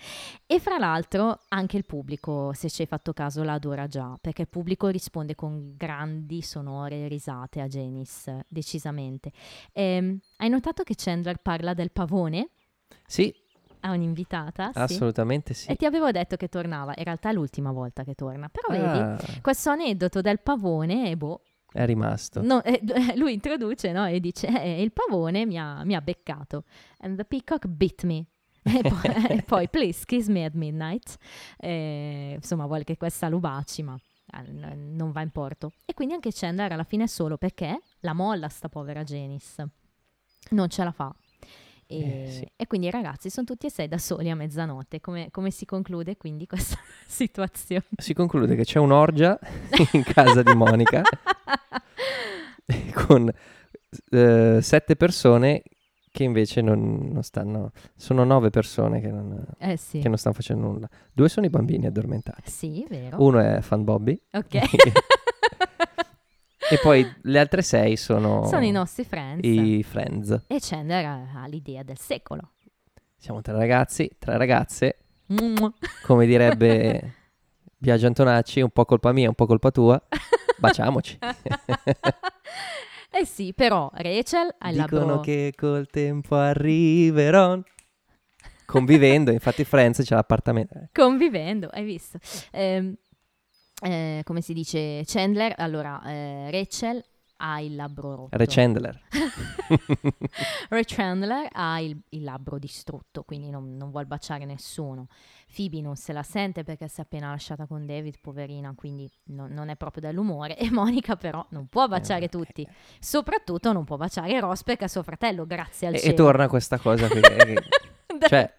[SPEAKER 2] e fra l'altro anche il pubblico, se ci hai fatto caso, la adora già, perché il pubblico risponde con grandi sonore risate a Janice, decisamente. Ehm, hai notato che Chandler parla del pavone
[SPEAKER 1] sì,
[SPEAKER 2] a un'invitata? Sì.
[SPEAKER 1] assolutamente sì.
[SPEAKER 2] E ti avevo detto che tornava, in realtà è l'ultima volta che torna, però vedi,
[SPEAKER 1] Ah,
[SPEAKER 2] questo aneddoto del pavone, e boh,
[SPEAKER 1] è rimasto.
[SPEAKER 2] No, eh, d- lui introduce no, e dice: "Eh, Il pavone mi ha, mi ha beccato. And the peacock bit me. E poi, e poi, please kiss me at midnight. Eh, insomma, vuole che questa lo baci, ma eh, n- non va in porto. E quindi anche Chandler alla fine è solo perché la molla sta povera Janice. Non ce la fa. E,
[SPEAKER 1] Eh, sì.
[SPEAKER 2] e quindi i ragazzi sono tutti e sei da soli a mezzanotte. Come, come si conclude quindi questa situazione?
[SPEAKER 1] Si conclude che c'è un'orgia in casa di Monica con eh, sette persone che invece non, non stanno... Sono nove persone che non,
[SPEAKER 2] eh sì.
[SPEAKER 1] che non stanno facendo nulla. Due sono i bambini addormentati.
[SPEAKER 2] Sì, vero.
[SPEAKER 1] Uno è Fan Bobby
[SPEAKER 2] Ok.
[SPEAKER 1] e poi le altre sei sono...
[SPEAKER 2] Sono i nostri friends.
[SPEAKER 1] I Friends.
[SPEAKER 2] E Chandler ha ha l'idea del secolo.
[SPEAKER 1] Siamo tre ragazzi, tre ragazze,
[SPEAKER 2] Mua.
[SPEAKER 1] come direbbe Biagio Antonacci, un po' colpa mia, un po' colpa tua, baciamoci.
[SPEAKER 2] eh sì, però Rachel ha il
[SPEAKER 1] Dicono
[SPEAKER 2] labbro...
[SPEAKER 1] che col tempo arriverò. Convivendo, infatti Friends c'è l'appartamento. Eh,
[SPEAKER 2] Convivendo, hai visto? Ehm, eh, come si dice Chandler? Allora, eh, Rachel ha il labbro rotto.
[SPEAKER 1] Re Chandler.
[SPEAKER 2] Ray Chandler ha il, il labbro distrutto, quindi non, non vuol baciare nessuno. Phoebe non se la sente perché si è appena lasciata con David, poverina, quindi no- non è proprio dell'umore. E Monica però non
[SPEAKER 1] Eh,
[SPEAKER 2] può baciare tutti. Soprattutto non può baciare Ross perché è suo fratello, grazie al
[SPEAKER 1] E, e
[SPEAKER 2] cielo.
[SPEAKER 1] torna questa cosa che... che-
[SPEAKER 2] Da-
[SPEAKER 1] cioè,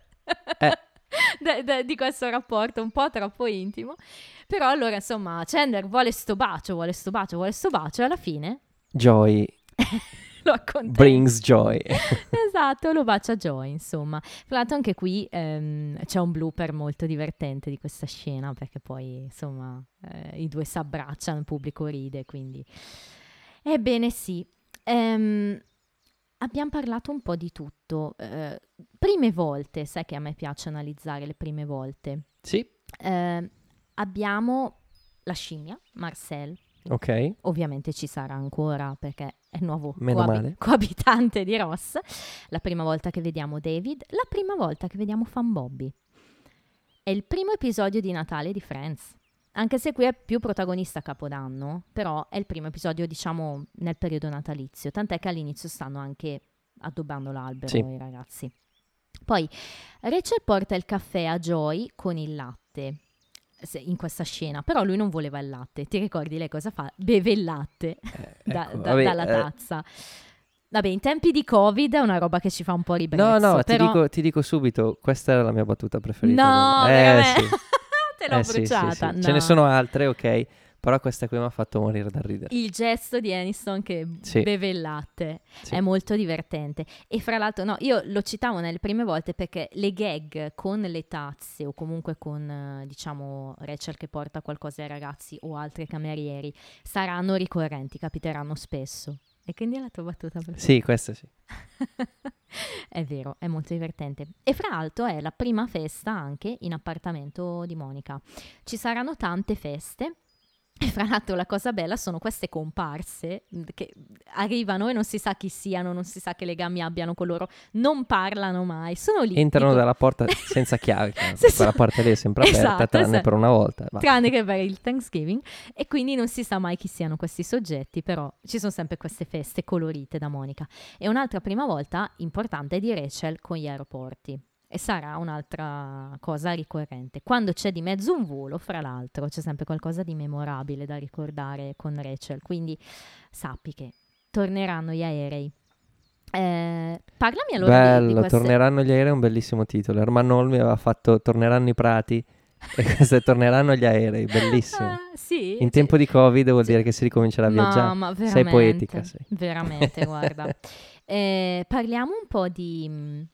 [SPEAKER 1] eh.
[SPEAKER 2] da- da- di questo rapporto un po' troppo intimo. Però allora, insomma, Chandler vuole sto bacio, vuole sto bacio, vuole sto bacio e alla fine
[SPEAKER 1] joy
[SPEAKER 2] lo accontenta.
[SPEAKER 1] brings joy.
[SPEAKER 2] Esatto, lo bacia Joy, insomma. Tra l'altro anche qui ehm, c'è un blooper molto divertente di questa scena, perché poi, insomma, eh, i due si abbracciano, il pubblico ride, quindi... Ebbene sì, Ehm, abbiamo parlato un po' di tutto. Eh, prime volte, sai che a me piace analizzare le prime volte.
[SPEAKER 1] Sì,
[SPEAKER 2] Eh, abbiamo la scimmia, Marcel,
[SPEAKER 1] ok. Eh, ecco,
[SPEAKER 2] ovviamente ci sarà ancora perché è il nuovo
[SPEAKER 1] Meno
[SPEAKER 2] coabi-
[SPEAKER 1] male.
[SPEAKER 2] coabitante di Ross. La prima volta che vediamo David, la prima volta che vediamo Fan Bobby. È il primo episodio di Natale di Friends. Anche se qui è più protagonista a Capodanno, però è il primo episodio, diciamo, nel periodo natalizio. Tant'è che all'inizio stanno anche addobbando l'albero
[SPEAKER 1] Sì.
[SPEAKER 2] i ragazzi. Poi Rachel porta il caffè a Joy con il latte se- in questa scena, però lui non voleva il latte. Ti ricordi lei cosa fa? Beve il latte da-
[SPEAKER 1] Ecco,
[SPEAKER 2] da-
[SPEAKER 1] vabbè,
[SPEAKER 2] dalla
[SPEAKER 1] eh,
[SPEAKER 2] tazza. Vabbè, in tempi di Covid è una roba che ci fa un po' ribrezzo.
[SPEAKER 1] No, no, ti
[SPEAKER 2] però...
[SPEAKER 1] dico, ti dico subito, questa era la mia battuta preferita.
[SPEAKER 2] No,
[SPEAKER 1] Eh,
[SPEAKER 2] veramente.
[SPEAKER 1] sì.
[SPEAKER 2] Te l'ho
[SPEAKER 1] Eh, sì, sì, sì.
[SPEAKER 2] bruciata.
[SPEAKER 1] Ce ne
[SPEAKER 2] no.
[SPEAKER 1] sono altre, ok, però questa qui mi ha fatto morire dal ridere.
[SPEAKER 2] Il gesto di Aniston che
[SPEAKER 1] Sì.
[SPEAKER 2] beve il latte
[SPEAKER 1] Sì.
[SPEAKER 2] è molto divertente. E fra l'altro, no, io lo citavo nelle prime volte perché le gag con le tazze o comunque con, eh, diciamo, Rachel che porta qualcosa ai ragazzi o altri camerieri saranno ricorrenti, capiteranno spesso. E quindi è la tua battuta per
[SPEAKER 1] Sì, questa sì.
[SPEAKER 2] è vero, è molto divertente. E fra l'altro è la prima festa anche in appartamento di Monica. Ci saranno tante feste. E fra l'altro la cosa bella sono queste comparse mh, che arrivano e non si sa chi siano, non si sa che legami abbiano con loro, non parlano mai, sono lì.
[SPEAKER 1] Entrano
[SPEAKER 2] tipo-
[SPEAKER 1] dalla porta senza chiave, chiaro,
[SPEAKER 2] Se
[SPEAKER 1] quella
[SPEAKER 2] so-
[SPEAKER 1] parte lì è sempre aperta,
[SPEAKER 2] Esatto,
[SPEAKER 1] tranne
[SPEAKER 2] esatto.
[SPEAKER 1] per una volta. va.
[SPEAKER 2] Tranne che per il Thanksgiving e quindi non si sa mai chi siano questi soggetti, però ci sono sempre queste feste colorite da Monica. E un'altra prima volta importante è di Rachel con gli aeroporti. E sarà un'altra cosa ricorrente. Quando c'è di mezzo un volo, fra l'altro, c'è sempre qualcosa di memorabile da ricordare con Rachel. Quindi sappi che torneranno gli aerei. Eh, parlami allora di- di,
[SPEAKER 1] Bello,
[SPEAKER 2] queste...
[SPEAKER 1] torneranno gli aerei è un bellissimo titolo. Ermanno Olmi aveva fatto Torneranno i prati e questo è Torneranno gli aerei, bellissimo.
[SPEAKER 2] Ah, sì?
[SPEAKER 1] In
[SPEAKER 2] Sì.
[SPEAKER 1] tempo di Covid vuol
[SPEAKER 2] sì.
[SPEAKER 1] dire che si ricomincerà a viaggiare.
[SPEAKER 2] Mamma, veramente.
[SPEAKER 1] Sei poetica, sei.
[SPEAKER 2] Veramente, guarda. Eh, parliamo un po' di mh,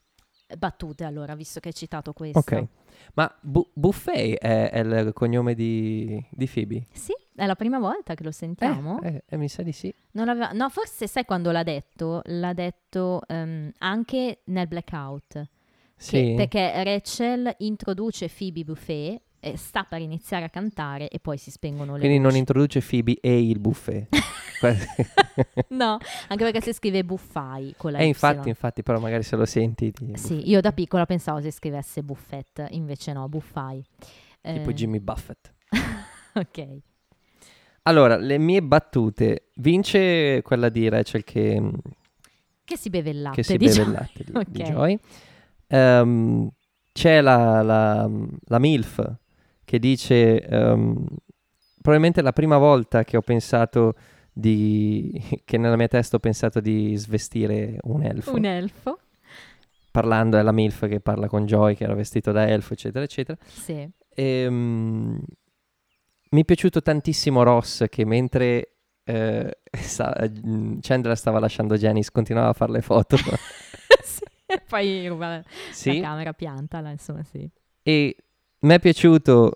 [SPEAKER 2] battute allora, visto che hai citato questo.
[SPEAKER 1] Ok. Ma Bu- Buffet è, è il cognome di, di Phoebe?
[SPEAKER 2] Sì, è la prima volta che lo sentiamo.
[SPEAKER 1] Eh, eh, eh, mi sa di sì.
[SPEAKER 2] Non l'aveva- No, forse sai quando l'ha detto? L'ha detto ehm, anche nel blackout. che-
[SPEAKER 1] Sì.
[SPEAKER 2] perché Rachel introduce Phoebe Buffet, eh, sta per iniziare a cantare e poi si spengono le
[SPEAKER 1] Quindi non
[SPEAKER 2] luci.
[SPEAKER 1] introduce Phoebe e il buffet. Que-
[SPEAKER 2] no, anche perché si scrive buffai con la
[SPEAKER 1] eh,
[SPEAKER 2] Y.
[SPEAKER 1] infatti, infatti, però magari se lo senti, ti-
[SPEAKER 2] Sì, io da piccola pensavo si scrivesse buffet, invece no, buffai. Eh,
[SPEAKER 1] tipo Jimmy Buffett.
[SPEAKER 2] Ok.
[SPEAKER 1] Allora, le mie battute. Vince quella di Rachel che, mm,
[SPEAKER 2] Che si beve il latte,
[SPEAKER 1] che si beve
[SPEAKER 2] diciamo.
[SPEAKER 1] il latte di, di
[SPEAKER 2] Ok.
[SPEAKER 1] Joy. Ehm, c'è la, la- la MILF che dice... ehm, probabilmente la prima volta che ho pensato di... che nella mia testa ho pensato di svestire un elfo.
[SPEAKER 2] Un elfo.
[SPEAKER 1] parlando è la MILF che parla con Joy, che era vestito da elfo, eccetera, eccetera.
[SPEAKER 2] Sì.
[SPEAKER 1] Ehm, mi è piaciuto tantissimo Ross che mentre eh, sta- mm, Chandler stava lasciando Janice continuava a fare le foto.
[SPEAKER 2] Sì, e Poi ruba
[SPEAKER 1] sì.
[SPEAKER 2] la camera piantala, insomma, sì.
[SPEAKER 1] E mi è piaciuto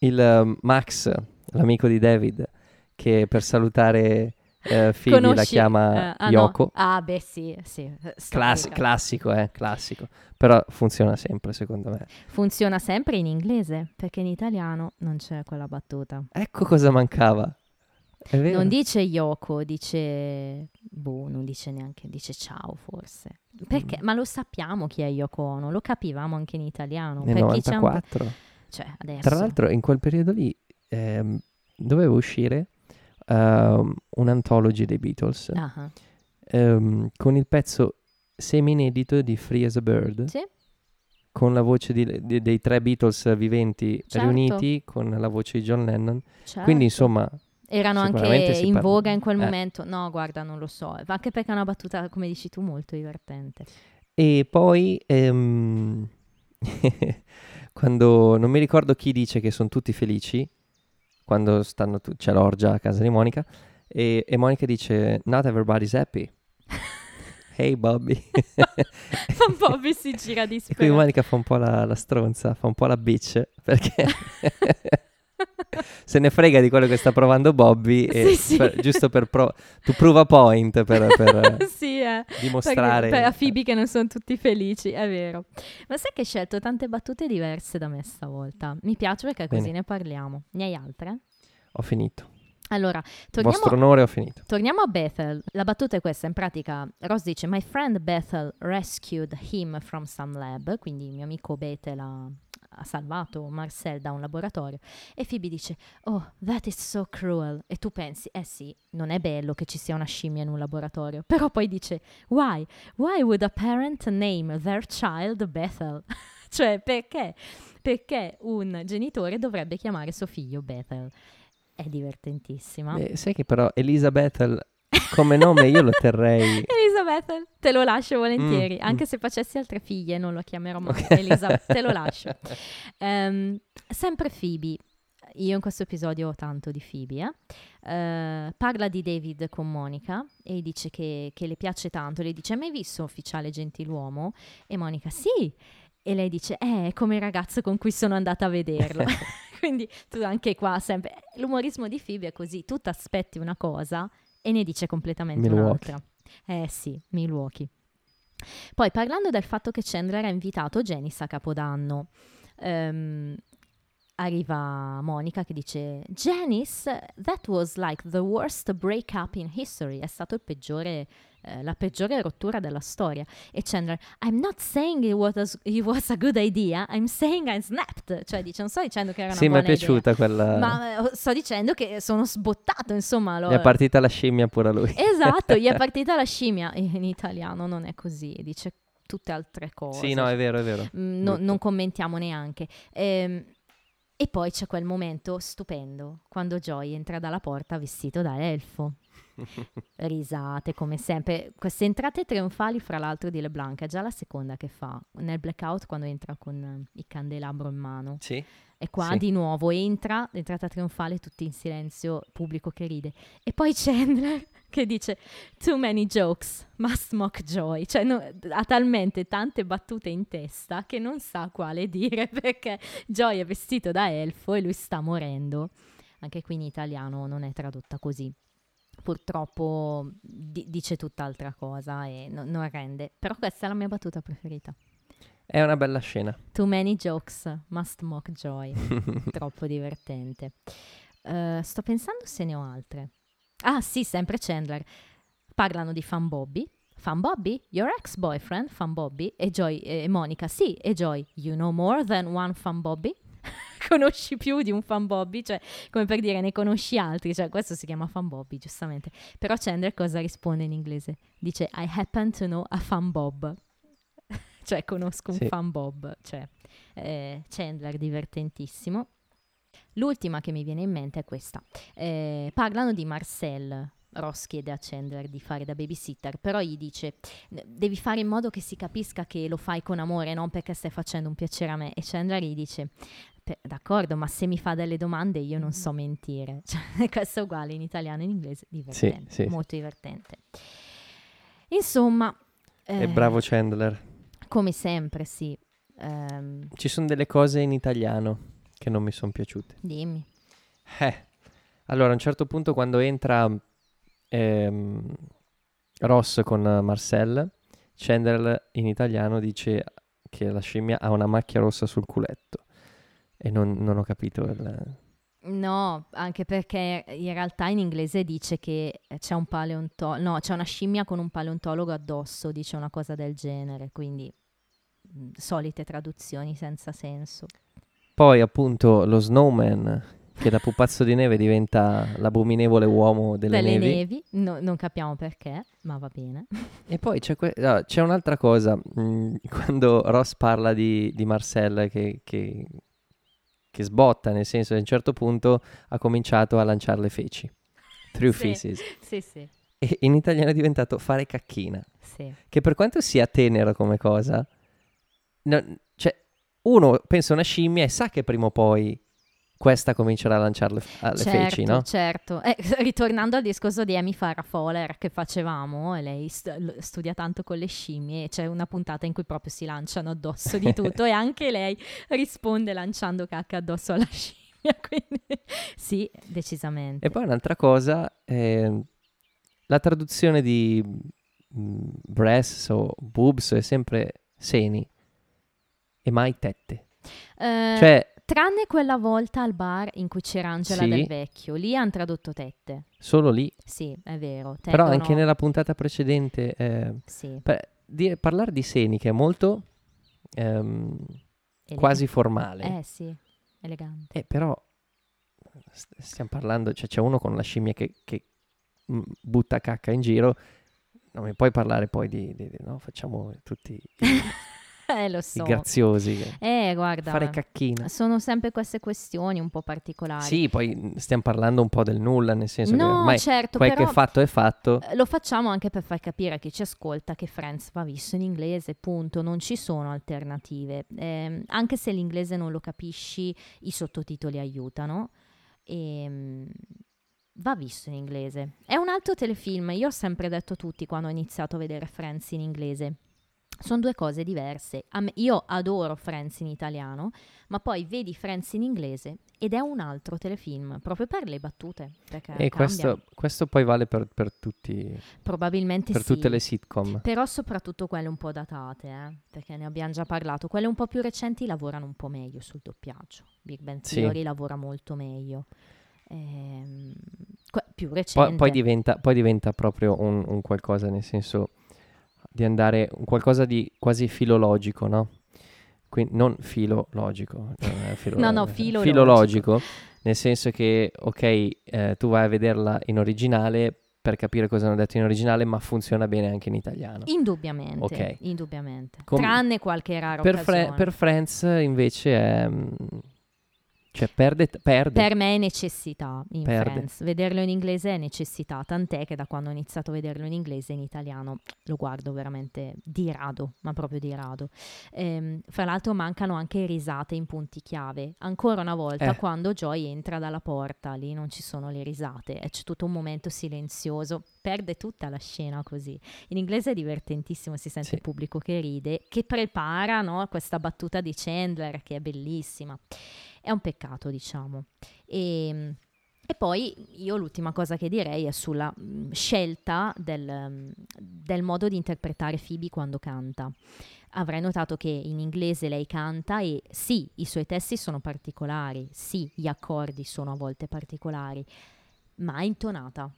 [SPEAKER 1] il eh, Max, l'amico di David, che per salutare eh, Phoebe la
[SPEAKER 2] Conosci-
[SPEAKER 1] chiama
[SPEAKER 2] eh, ah, no.
[SPEAKER 1] Yoko.
[SPEAKER 2] Ah, beh, sì, sì. eh,
[SPEAKER 1] Clas-
[SPEAKER 2] storica.
[SPEAKER 1] classico, eh, classico. Però funziona sempre, secondo me.
[SPEAKER 2] Funziona sempre in inglese, perché in italiano non c'è quella battuta.
[SPEAKER 1] Ecco cosa mancava. È vero.
[SPEAKER 2] Non dice Yoko, dice... Boh, non dice neanche, dice ciao forse.
[SPEAKER 1] Mm.
[SPEAKER 2] Perché? Ma lo sappiamo chi è Yoko Ono, lo capivamo anche in italiano.
[SPEAKER 1] Nel
[SPEAKER 2] per chi c'è un po'-
[SPEAKER 1] 94.
[SPEAKER 2] Cioè, adesso.
[SPEAKER 1] Tra l'altro, in quel periodo lì ehm, doveva uscire ehm, un'anthology dei Beatles
[SPEAKER 2] Ah, ah.
[SPEAKER 1] ehm, con il pezzo semi-inedito di Free as a Bird,
[SPEAKER 2] Sì,
[SPEAKER 1] con la voce di- di- dei tre Beatles viventi
[SPEAKER 2] Certo.
[SPEAKER 1] riuniti con la voce di John Lennon.
[SPEAKER 2] certo.
[SPEAKER 1] Quindi, insomma,
[SPEAKER 2] Erano anche
[SPEAKER 1] sicuramente si
[SPEAKER 2] in
[SPEAKER 1] parla-
[SPEAKER 2] voga in quel
[SPEAKER 1] eh.
[SPEAKER 2] momento. No, guarda, non lo so. Ma Anche perché è una battuta, come dici tu, molto divertente.
[SPEAKER 1] E poi ehm, quando non mi ricordo chi dice che sono tutti felici, quando stanno tu- c'è l'orgia a casa di Monica, e, e Monica dice: Not everybody's happy. hey Bobby.
[SPEAKER 2] Un Bobby si gira di
[SPEAKER 1] E qui
[SPEAKER 2] spero.
[SPEAKER 1] Monica fa un po' la, la stronza, fa un po' la bitch, perché se ne frega di quello che sta provando Bobby, e
[SPEAKER 2] Sì, sì.
[SPEAKER 1] per- giusto per pro- to prove a point, per, per
[SPEAKER 2] sì, eh. Perché-
[SPEAKER 1] dimostrare.
[SPEAKER 2] per- a Phoebe che non sono tutti felici, è vero. Ma sai che hai scelto tante battute diverse da me stavolta? Mi piace perché così
[SPEAKER 1] Bene.
[SPEAKER 2] ne parliamo. Ne hai altre?
[SPEAKER 1] Ho finito.
[SPEAKER 2] Allora, torniamo,
[SPEAKER 1] Vostro onore, ho finito.
[SPEAKER 2] Torniamo a Bethel. La battuta è questa, in pratica Ross dice My friend Bethel rescued him from some lab, quindi il mio amico Bethel ha, ha salvato Marcel da un laboratorio. E Phoebe dice, oh, that is so cruel. E tu pensi, eh sì, non è bello che ci sia una scimmia in un laboratorio. Però poi dice, why? Why would a parent name their child Bethel? cioè, perché? Perché un genitore dovrebbe chiamare suo figlio Bethel? È divertentissima.
[SPEAKER 1] Beh, sai che però Elisabeth come nome io lo terrei.
[SPEAKER 2] Elisabeth, te lo lascio volentieri.
[SPEAKER 1] Mm,
[SPEAKER 2] Anche
[SPEAKER 1] mm.
[SPEAKER 2] se facessi altre figlie non lo chiamerò mai Elisabeth, te lo lascio. Ehm, sempre Phoebe. Io in questo episodio ho tanto di Phoebe. eh. Eh, parla di David con Monica e dice che, che le piace tanto. Le dice, hai mai visto Ufficiale Gentiluomo? E Monica, sì. E lei dice, eh, è come il ragazzo con cui sono andata a vederlo. Quindi tu anche qua sempre... "Eh, L'umorismo di Phoebe è così, tu ti aspetti una cosa e ne dice completamente
[SPEAKER 1] Milwaukee.
[SPEAKER 2] un'altra. Eh sì, Milwaukee. Poi parlando del fatto che Chandler ha invitato Janice a Capodanno, ehm, arriva Monica che dice Janice, that was like the worst breakup in history, è stato il peggiore, eh, la peggiore rottura della storia. E Chandler, I'm not saying it was, it was a good idea, I'm saying I snapped, cioè dice, non sto dicendo che era una
[SPEAKER 1] Sì, mi
[SPEAKER 2] buona
[SPEAKER 1] è piaciuta quella...
[SPEAKER 2] idea, ma eh, sto dicendo che sono sbottato, insomma. L'ho,
[SPEAKER 1] È partita la scimmia pure a lui.
[SPEAKER 2] Esatto, gli è partita la scimmia. In italiano non è così, dice tutte altre cose.
[SPEAKER 1] Sì, no, è vero, è vero.
[SPEAKER 2] Mm, no-
[SPEAKER 1] brutto.
[SPEAKER 2] non commentiamo neanche. Ehm, e poi c'è quel momento stupendo quando Joy entra dalla porta vestito da elfo. Risate come sempre. Queste entrate trionfali, fra l'altro, di LeBlanc è già la seconda che fa nel blackout quando entra con eh, il candelabro in mano.
[SPEAKER 1] Sì.
[SPEAKER 2] E qua
[SPEAKER 1] Sì.
[SPEAKER 2] di nuovo entra, l'entrata trionfale, tutti in silenzio, pubblico che ride. E poi Chandler che dice Too many jokes, must mock joy. Cioè no- ha talmente tante battute in testa che non sa quale dire perché Joy è vestito da elfo e lui sta morendo. Anche qui in italiano non è tradotta così. Purtroppo di- dice tutt'altra cosa e no- non rende. Però questa è la mia battuta preferita.
[SPEAKER 1] È una bella scena.
[SPEAKER 2] Too many jokes, must mock joy troppo divertente. Eh, sto pensando se ne ho altre. Ah sì, sempre Chandler. Parlano di Fan Bobby. Fan Bobby? Your ex boyfriend? Fan Bobby? E Joy, e Monica, sì, e Joy, you know more than one Fan Bobby? conosci più di un Fan Bobby? Cioè, come per dire, ne conosci altri? Cioè, questo si chiama Fan Bobby, giustamente. Però Chandler cosa risponde in inglese? Dice, I happen to know a Fan Bob. cioè, conosco un
[SPEAKER 1] Sì.
[SPEAKER 2] Fan Bob. Cioè, eh, Chandler, divertentissimo. L'ultima che mi viene in mente è questa. Eh, parlano di Marcel. Ross chiede a Chandler di fare da babysitter, però gli dice "Ne- devi fare in modo che si capisca che lo fai con amore, non perché stai facendo un piacere a me. E Chandler gli dice "Pe- d'accordo, ma se mi fa delle domande io non so Mm-hmm. mentire. Cioè, questo è uguale in italiano e in inglese, divertente,
[SPEAKER 1] sì.
[SPEAKER 2] molto divertente. Insomma,
[SPEAKER 1] È
[SPEAKER 2] eh,
[SPEAKER 1] bravo Chandler.
[SPEAKER 2] come sempre, sì. Ehm,
[SPEAKER 1] Ci sono delle cose in italiano che non mi sono piaciute.
[SPEAKER 2] dimmi.
[SPEAKER 1] Eh, allora a un certo punto quando entra ehm, Ross con eh, Marcel, Chandler in italiano dice che la scimmia ha una macchia rossa sul culetto e non, non ho capito il...
[SPEAKER 2] No, anche perché in realtà in inglese dice che c'è un paleontologo, no, c'è una scimmia con un paleontologo addosso, dice una cosa del genere, quindi mh, solite traduzioni senza senso.
[SPEAKER 1] Poi appunto lo snowman che da pupazzo di neve diventa l'abominevole uomo delle,
[SPEAKER 2] Delle
[SPEAKER 1] nevi.
[SPEAKER 2] nevi, no- non capiamo perché, ma va bene.
[SPEAKER 1] E poi c'è, que- ah, c'è un'altra cosa, mm, quando Ross parla di, di Marcel che, che- che sbotta, nel senso che a un certo punto ha cominciato a lanciare le feci, true
[SPEAKER 2] Sì.
[SPEAKER 1] feces,
[SPEAKER 2] Sì, sì,
[SPEAKER 1] e in italiano è diventato fare cacchina,
[SPEAKER 2] sì.
[SPEAKER 1] che per quanto sia tenera come cosa, no- cioè, uno pensa a una scimmia e sa che prima o poi questa comincerà a lanciare le, f- alle
[SPEAKER 2] certo,
[SPEAKER 1] feci, no?
[SPEAKER 2] Certo, Eh, ritornando al discorso di Amy Farrah Fowler che facevamo, e lei st- l- studia tanto con le scimmie, c'è una puntata in cui proprio si lanciano addosso di tutto e anche lei risponde lanciando cacca addosso alla scimmia, quindi sì, decisamente.
[SPEAKER 1] E poi un'altra cosa, eh, la traduzione di mm, breasts o boobs è sempre seni e mai tette.
[SPEAKER 2] Eh,
[SPEAKER 1] Cioè,
[SPEAKER 2] tranne quella volta al bar in cui c'era Angela
[SPEAKER 1] Sì.
[SPEAKER 2] del Vecchio, lì hanno tradotto tette,
[SPEAKER 1] solo lì.
[SPEAKER 2] sì, è vero.
[SPEAKER 1] Però
[SPEAKER 2] tendono-
[SPEAKER 1] anche nella puntata precedente, eh,
[SPEAKER 2] Sì,
[SPEAKER 1] per- dire- parlare di seni che è molto ehm,
[SPEAKER 2] Elega-
[SPEAKER 1] quasi formale.
[SPEAKER 2] Eh sì, elegante.
[SPEAKER 1] Eh, però st- stiamo parlando, cioè c'è uno con la scimmia che, che, mm, butta cacca in giro, non mi puoi parlare poi di, di- di- no, facciamo tutti i,
[SPEAKER 2] Eh, lo
[SPEAKER 1] i
[SPEAKER 2] so.
[SPEAKER 1] graziosi, che-
[SPEAKER 2] eh, guarda.
[SPEAKER 1] fare cacchina.
[SPEAKER 2] sono sempre queste questioni un po' particolari.
[SPEAKER 1] Sì, poi mm, stiamo parlando un po' del nulla, nel senso che
[SPEAKER 2] no,
[SPEAKER 1] ormai
[SPEAKER 2] certo,
[SPEAKER 1] quel
[SPEAKER 2] però
[SPEAKER 1] che è fatto è fatto.
[SPEAKER 2] eh, lo facciamo anche per far capire a chi ci ascolta che Friends va visto in inglese, punto, non ci sono alternative. Ehm, anche se l'inglese non lo capisci, i sottotitoli aiutano. Ehm, va visto in inglese. È un altro telefilm, io ho sempre detto a tutti quando ho iniziato a vedere Friends in inglese. Sono due cose diverse. A me- io adoro Friends in italiano, ma poi vedi Friends in inglese ed è un altro telefilm, proprio per le battute. Perché
[SPEAKER 1] E
[SPEAKER 2] cambia.
[SPEAKER 1] questo, questo poi vale per, per tutti,
[SPEAKER 2] Probabilmente
[SPEAKER 1] per
[SPEAKER 2] sì.
[SPEAKER 1] tutte le sitcom.
[SPEAKER 2] Però soprattutto quelle un po' datate, eh, perché ne abbiamo già parlato. Quelle un po' più recenti lavorano un po' meglio sul doppiaggio. Big Bang
[SPEAKER 1] Sì.
[SPEAKER 2] Theory lavora molto meglio. Ehm, que- più recente.
[SPEAKER 1] Poi, poi diventa, poi diventa proprio un, un qualcosa, nel senso di andare, un qualcosa di quasi filologico, no? Quindi non filologico. eh, filo-
[SPEAKER 2] No, no,
[SPEAKER 1] eh,
[SPEAKER 2] filologico.
[SPEAKER 1] filologico, nel senso che, ok, eh, tu vai a vederla in originale per capire cosa hanno detto in originale, ma funziona bene anche in italiano.
[SPEAKER 2] Indubbiamente.
[SPEAKER 1] Ok.
[SPEAKER 2] indubbiamente.
[SPEAKER 1] Com-
[SPEAKER 2] Tranne qualche raro
[SPEAKER 1] Per, Fre- per Friends invece è... mm, Cioè perde... perde.
[SPEAKER 2] Per me è necessità in
[SPEAKER 1] Perde.
[SPEAKER 2] Friends. Vederlo in inglese è necessità, tant'è che da quando ho iniziato a vederlo in inglese in italiano lo guardo veramente di rado, ma proprio di rado. Ehm, fra l'altro mancano anche risate in punti chiave. Ancora una volta
[SPEAKER 1] Eh.
[SPEAKER 2] quando Joy entra dalla porta, lì non ci sono le risate, eh, c'è tutto un momento silenzioso. Perde tutta la scena così. In inglese è divertentissimo, si sente
[SPEAKER 1] Sì.
[SPEAKER 2] il pubblico che ride, che prepara no, questa battuta di Chandler che è bellissima. È un peccato, diciamo. E, e poi io l'ultima cosa che direi è sulla mm, scelta del, mm, del modo di interpretare Phoebe quando canta. Avrai notato che in inglese lei canta e sì, i suoi testi sono particolari, sì, gli accordi sono a volte particolari, ma è intonata.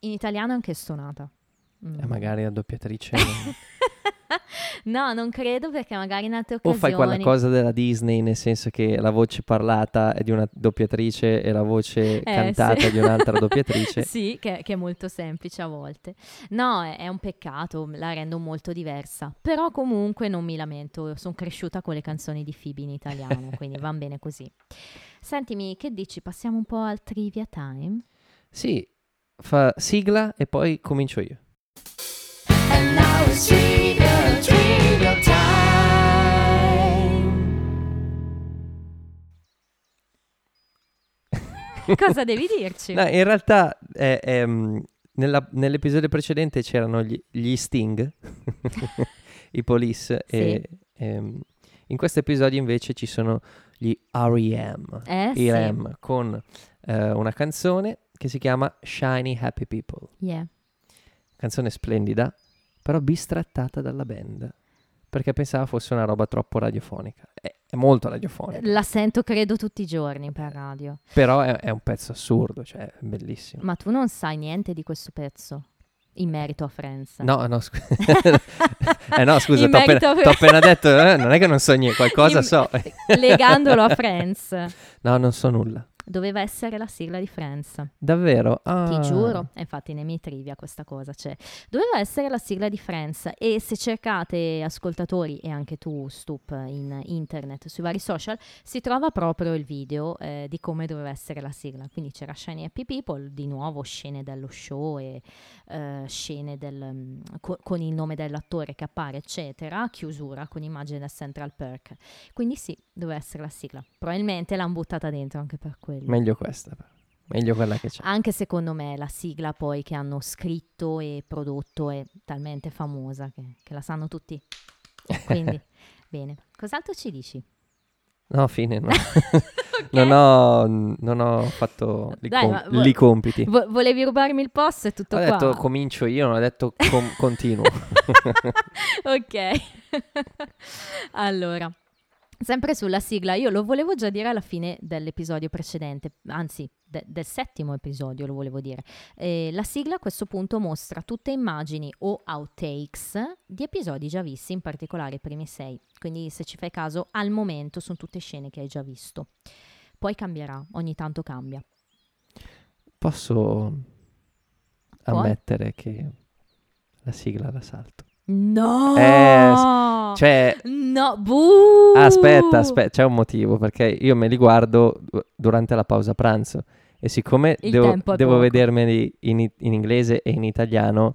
[SPEAKER 2] In italiano è anche stonata. Mm.
[SPEAKER 1] Eh, magari la doppiatrice...
[SPEAKER 2] no, non credo perché magari in altre
[SPEAKER 1] O
[SPEAKER 2] occasioni...
[SPEAKER 1] fai quella cosa della Disney, nel senso che la voce parlata è di una doppiatrice e la voce
[SPEAKER 2] Eh,
[SPEAKER 1] cantata
[SPEAKER 2] sì.
[SPEAKER 1] è di un'altra doppiatrice.
[SPEAKER 2] sì, che, che è molto semplice a volte. No, è, è un peccato, la rendo molto diversa. Però comunque non mi lamento, sono cresciuta con le canzoni di Phoebe in italiano, quindi va bene così. Sentimi, che dici? Passiamo un po' al trivia time?
[SPEAKER 1] Sì, fa sigla e poi comincio io.
[SPEAKER 3] And now it's trivia, trivia time.
[SPEAKER 2] Cosa devi dirci?
[SPEAKER 1] No, in realtà eh, ehm, nella- nell'episodio precedente c'erano gli, gli Sting, i Police, e ehm, in questo episodio invece ci sono gli R.E.M.,
[SPEAKER 2] eh sì,
[SPEAKER 1] R.E.M. con eh, una canzone che si chiama Shiny Happy People.
[SPEAKER 2] yeah.
[SPEAKER 1] canzone splendida, però bistrattata dalla band perché pensava fosse una roba troppo radiofonica. È, è molto radiofonica,
[SPEAKER 2] la sento credo tutti i giorni per radio,
[SPEAKER 1] però è, è un pezzo assurdo, cioè è bellissimo.
[SPEAKER 2] ma tu non sai niente di questo pezzo in merito a Friends.
[SPEAKER 1] No, no, scu- eh no scusa,
[SPEAKER 2] In
[SPEAKER 1] t'ho appena,
[SPEAKER 2] merito-
[SPEAKER 1] t'ho appena detto, eh, non è che non so niente, qualcosa
[SPEAKER 2] In-
[SPEAKER 1] so.
[SPEAKER 2] Legandolo a Friends,
[SPEAKER 1] No, non so nulla.
[SPEAKER 2] doveva essere la sigla di Friends.
[SPEAKER 1] Davvero? Ah.
[SPEAKER 2] Ti giuro, e infatti nei miei trivia questa cosa c'è. Doveva essere la sigla di Friends e se cercate ascoltatori e anche tu Stup in internet sui vari social si trova proprio il video eh, di come doveva essere la sigla. Quindi c'era Shiny Happy People, di nuovo scene dello show e eh, scene del, mm, co- con il nome dell'attore che appare eccetera, chiusura con immagine del Central Perk. Quindi sì, doveva essere la sigla. Probabilmente l'hanno buttata dentro anche per quello.
[SPEAKER 1] Meglio questa, però. meglio quella che c'è.
[SPEAKER 2] Anche secondo me la sigla poi che hanno scritto e prodotto è talmente famosa che, che la sanno tutti. Quindi, bene. Cos'altro ci dici?
[SPEAKER 1] No, fine, no. non, ho, non ho fatto i
[SPEAKER 2] Dai,
[SPEAKER 1] com-
[SPEAKER 2] ma vo-
[SPEAKER 1] li compiti.
[SPEAKER 2] Vo- volevi rubarmi il post? È tutto
[SPEAKER 1] Ho
[SPEAKER 2] qua.
[SPEAKER 1] detto comincio io, non ho detto com- continuo.
[SPEAKER 2] ok. allora, Sempre sulla sigla, io lo volevo già dire alla fine dell'episodio precedente, anzi de- del settimo episodio lo volevo dire. Eh, la sigla a questo punto mostra tutte immagini o outtakes di episodi già visti, in particolare i primi sei. Quindi se ci fai caso, al momento sono tutte scene che hai già visto. Poi cambierà, ogni tanto cambia.
[SPEAKER 1] Posso ammettere che la sigla la salto.
[SPEAKER 2] No!
[SPEAKER 1] Eh, Cioè,
[SPEAKER 2] No, buh!
[SPEAKER 1] aspetta, aspetta, c'è un motivo perché io me li guardo du- durante la pausa pranzo e siccome
[SPEAKER 2] Il
[SPEAKER 1] devo,
[SPEAKER 2] tempo è
[SPEAKER 1] devo
[SPEAKER 2] poco.
[SPEAKER 1] vedermeli in, i- in inglese e in italiano,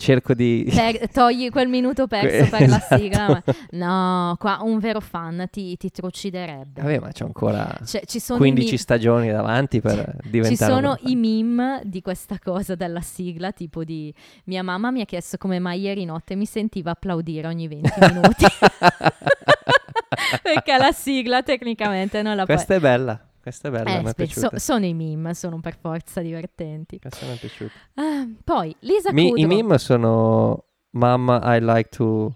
[SPEAKER 1] cerco di...
[SPEAKER 2] Per- togli quel minuto perso per la
[SPEAKER 1] Esatto.
[SPEAKER 2] sigla. ma- No, qua un vero fan ti, ti truciderebbe.
[SPEAKER 1] Vabbè, ma c'ho ancora
[SPEAKER 2] Cioè, ci sono i
[SPEAKER 1] 15
[SPEAKER 2] mi-
[SPEAKER 1] stagioni davanti per diventare...
[SPEAKER 2] Ci sono
[SPEAKER 1] un-
[SPEAKER 2] i meme di questa cosa della sigla, tipo di mia mamma mi ha chiesto come mai ieri notte mi sentiva applaudire ogni 20 minuti. Perché la sigla tecnicamente non la puoi...
[SPEAKER 1] Questa è bella, questa è bella,
[SPEAKER 2] Eh,
[SPEAKER 1] mi è
[SPEAKER 2] spe- so-
[SPEAKER 1] piaciuta.
[SPEAKER 2] sono i meme, sono per forza divertenti.
[SPEAKER 1] Questa mi è piaciuta.
[SPEAKER 2] Ah, poi Lisa
[SPEAKER 1] Mi- I
[SPEAKER 2] Kudrow-
[SPEAKER 1] meme sono... Mamma, I like to...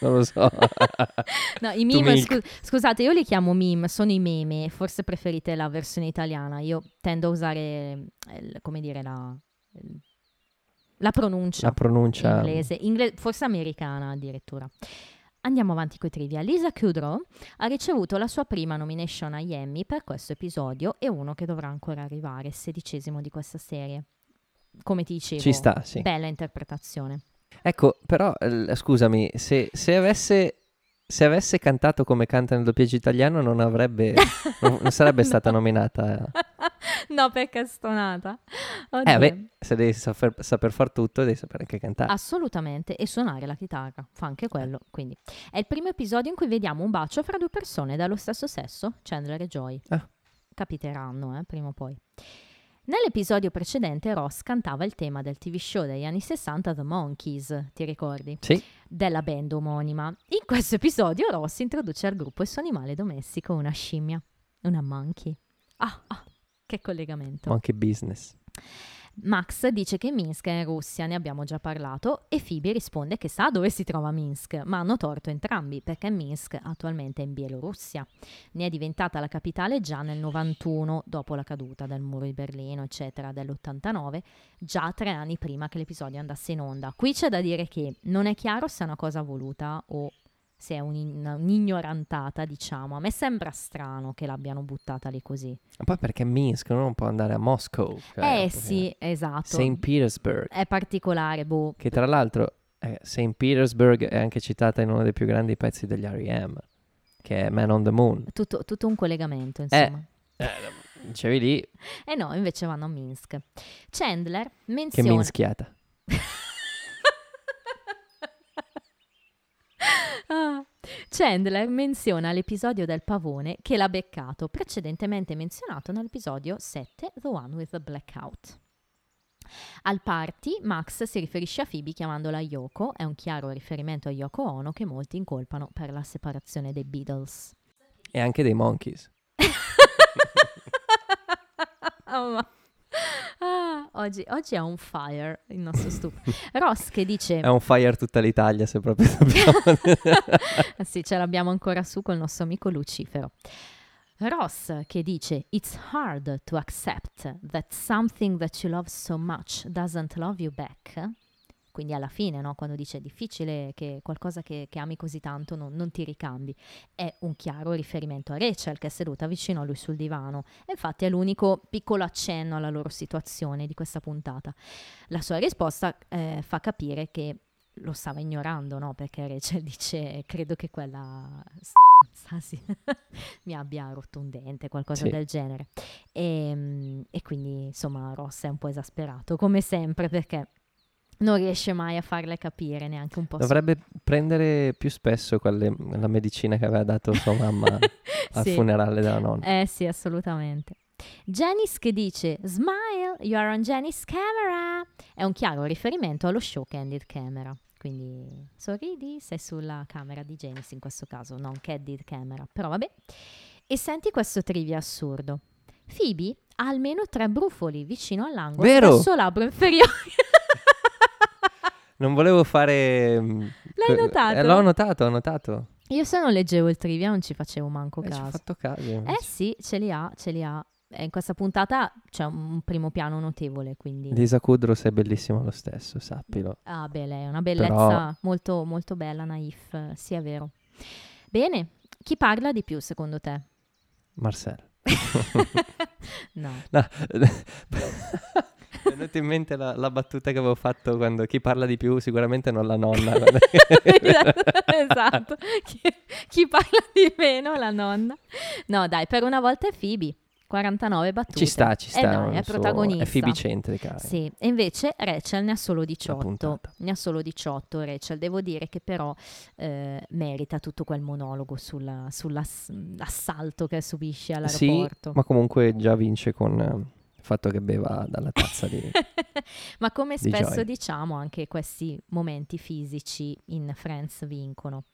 [SPEAKER 1] non lo so.
[SPEAKER 2] No, i meme,
[SPEAKER 1] milk.
[SPEAKER 2] scu- scusate, io li chiamo meme, sono i meme, forse preferite la versione italiana, io tendo a usare, eh, il- come dire, la, il- la pronuncia
[SPEAKER 1] La pronuncia...
[SPEAKER 2] inglese, ingle- forse americana addirittura. Andiamo avanti con i trivia. Lisa Kudrow ha ricevuto la sua prima nomination agli Emmy per questo episodio e uno che dovrà ancora arrivare, sedicesimo di questa serie. Come ti dicevo,
[SPEAKER 1] Ci sta, sì.
[SPEAKER 2] bella interpretazione.
[SPEAKER 1] Ecco, però l- scusami, se, se avesse, se avesse cantato come canta nel doppiaggio italiano non avrebbe, non, non sarebbe
[SPEAKER 2] No.
[SPEAKER 1] stata nominata.
[SPEAKER 2] No, perché è stonata.
[SPEAKER 1] Eh,
[SPEAKER 2] Oddio.
[SPEAKER 1] beh, se devi saper, saper far tutto, devi sapere anche cantare.
[SPEAKER 2] Assolutamente, e suonare la chitarra, fa anche quello. Quindi è il primo episodio in cui vediamo un bacio fra due persone dallo stesso sesso, Chandler e Joy.
[SPEAKER 1] Ah.
[SPEAKER 2] Capiteranno, eh, prima o poi. Nell'episodio precedente Ross cantava il tema del TV show degli anni 60 The Monkeys, ti ricordi?
[SPEAKER 1] Sì.
[SPEAKER 2] Della band omonima. In questo episodio Ross introduce al gruppo il suo animale domestico, una scimmia, una monkey. Ah, ah, che collegamento.
[SPEAKER 1] ma anche business.
[SPEAKER 2] Max dice che Minsk è in Russia, ne abbiamo già parlato, e Phoebe risponde che sa dove si trova Minsk, ma hanno torto entrambi perché Minsk attualmente è in Bielorussia. Ne è diventata la capitale già nel 91, dopo la caduta del muro di Berlino, eccetera, dell'89, già tre anni prima che l'episodio andasse in onda. Qui c'è da dire che non è chiaro se è una cosa voluta o se è un- un'ignorantata, diciamo. A me sembra strano che l'abbiano buttata lì così.
[SPEAKER 1] Ma poi perché Minsk non può andare a Moscow? cioè,
[SPEAKER 2] eh
[SPEAKER 1] proprio-
[SPEAKER 2] sì, esatto.
[SPEAKER 1] St. Petersburg,
[SPEAKER 2] È particolare, boh.
[SPEAKER 1] che tra l'altro eh, St. Petersburg è anche citata in uno dei più grandi pezzi degli R.E.M., che è Man on the Moon.
[SPEAKER 2] Tutto, tutto un collegamento, insomma.
[SPEAKER 1] Dicevi lì,
[SPEAKER 2] E no, invece vanno a Minsk. Chandler
[SPEAKER 1] che
[SPEAKER 2] menziona...
[SPEAKER 1] minschiata.
[SPEAKER 2] Ah. Chandler menziona l'episodio del pavone che l'ha beccato, precedentemente menzionato nell'episodio 7, The One with the Blackout. Al party, Max si riferisce a Phoebe chiamandola Yoko, è un chiaro riferimento a Yoko Ono che molti incolpano per la separazione dei Beatles.
[SPEAKER 1] E anche dei Monkeys.
[SPEAKER 2] Ma- Ah, oggi, oggi è un fire il nostro stupido. Ross che dice:
[SPEAKER 1] È un fire tutta l'Italia, se proprio dobbiamo.
[SPEAKER 2] Ah, Sì, ce l'abbiamo ancora su col nostro amico Lucifero. Ross che dice It's hard to accept that something that you love so much doesn't love you back. Quindi alla fine, no, quando dice è difficile che qualcosa che, che ami così tanto non, non ti ricambi, è un chiaro riferimento a Rachel che è seduta vicino a lui sul divano. E infatti è l'unico piccolo accenno alla loro situazione di questa puntata. La sua risposta eh, fa capire che lo stava ignorando, no? Perché Rachel dice, credo che quella stronza, sì, mi abbia rotto un dente, qualcosa
[SPEAKER 1] Sì.
[SPEAKER 2] del genere. E, mm, e quindi, insomma, Ross è un po' esasperato, come sempre, perché non riesce mai a farle capire neanche un po'. su-
[SPEAKER 1] Dovrebbe prendere più spesso quelle- la medicina che aveva dato sua mamma al
[SPEAKER 2] Sì.
[SPEAKER 1] funerale della nonna.
[SPEAKER 2] Eh sì, assolutamente. Janice che dice Smile, you are on Janice camera. È un chiaro riferimento allo show Candid Camera. Quindi sorridi, sei sulla camera di Janice in questo caso, non Candid Camera. Però vabbè. E senti questo trivia assurdo. Phoebe ha almeno tre brufoli vicino all'angolo
[SPEAKER 1] Vero?
[SPEAKER 2] del suo labbro inferiore.
[SPEAKER 1] Non volevo fare... mm, L'hai
[SPEAKER 2] notato?
[SPEAKER 1] Eh, l'ho notato, ho notato.
[SPEAKER 2] Io se non leggevo il trivia non ci facevo manco
[SPEAKER 1] Eh, ci ho
[SPEAKER 2] caso.
[SPEAKER 1] fatto caso.
[SPEAKER 2] Eh sì, ce li ha, ce li ha. E in questa puntata c'è un primo piano notevole, quindi...
[SPEAKER 1] Lisa Kudrow è bellissima lo stesso, sappilo.
[SPEAKER 2] Ah, beh, lei è una bellezza
[SPEAKER 1] Però-
[SPEAKER 2] molto, molto bella, naif, eh, sì, è vero. Bene, chi parla di più secondo te?
[SPEAKER 1] Marcel.
[SPEAKER 2] no.
[SPEAKER 1] No, Mi è venuta in mente la, la battuta che avevo fatto quando chi parla di più sicuramente non la nonna. guarda.
[SPEAKER 2] esatto. Chi, chi parla di meno? La nonna. No, dai, per una volta è Phoebe. 49 battute.
[SPEAKER 1] ci sta, ci
[SPEAKER 2] Eh
[SPEAKER 1] sta.
[SPEAKER 2] dai,
[SPEAKER 1] non
[SPEAKER 2] è
[SPEAKER 1] so,
[SPEAKER 2] protagonista.
[SPEAKER 1] È fibicentrica.
[SPEAKER 2] Sì, e invece Rachel ne ha solo 18.
[SPEAKER 1] puntata.
[SPEAKER 2] Ne ha solo 18 Rachel. Devo dire che però eh, merita tutto quel monologo sulla- sull'assalto che subisce
[SPEAKER 1] Sì,
[SPEAKER 2] all'aeroporto.
[SPEAKER 1] ma comunque già vince con eh, il fatto che beva dalla tazza di...
[SPEAKER 2] Ma come
[SPEAKER 1] Di
[SPEAKER 2] spesso
[SPEAKER 1] gioia.
[SPEAKER 2] diciamo, anche questi momenti fisici in Friends vincono.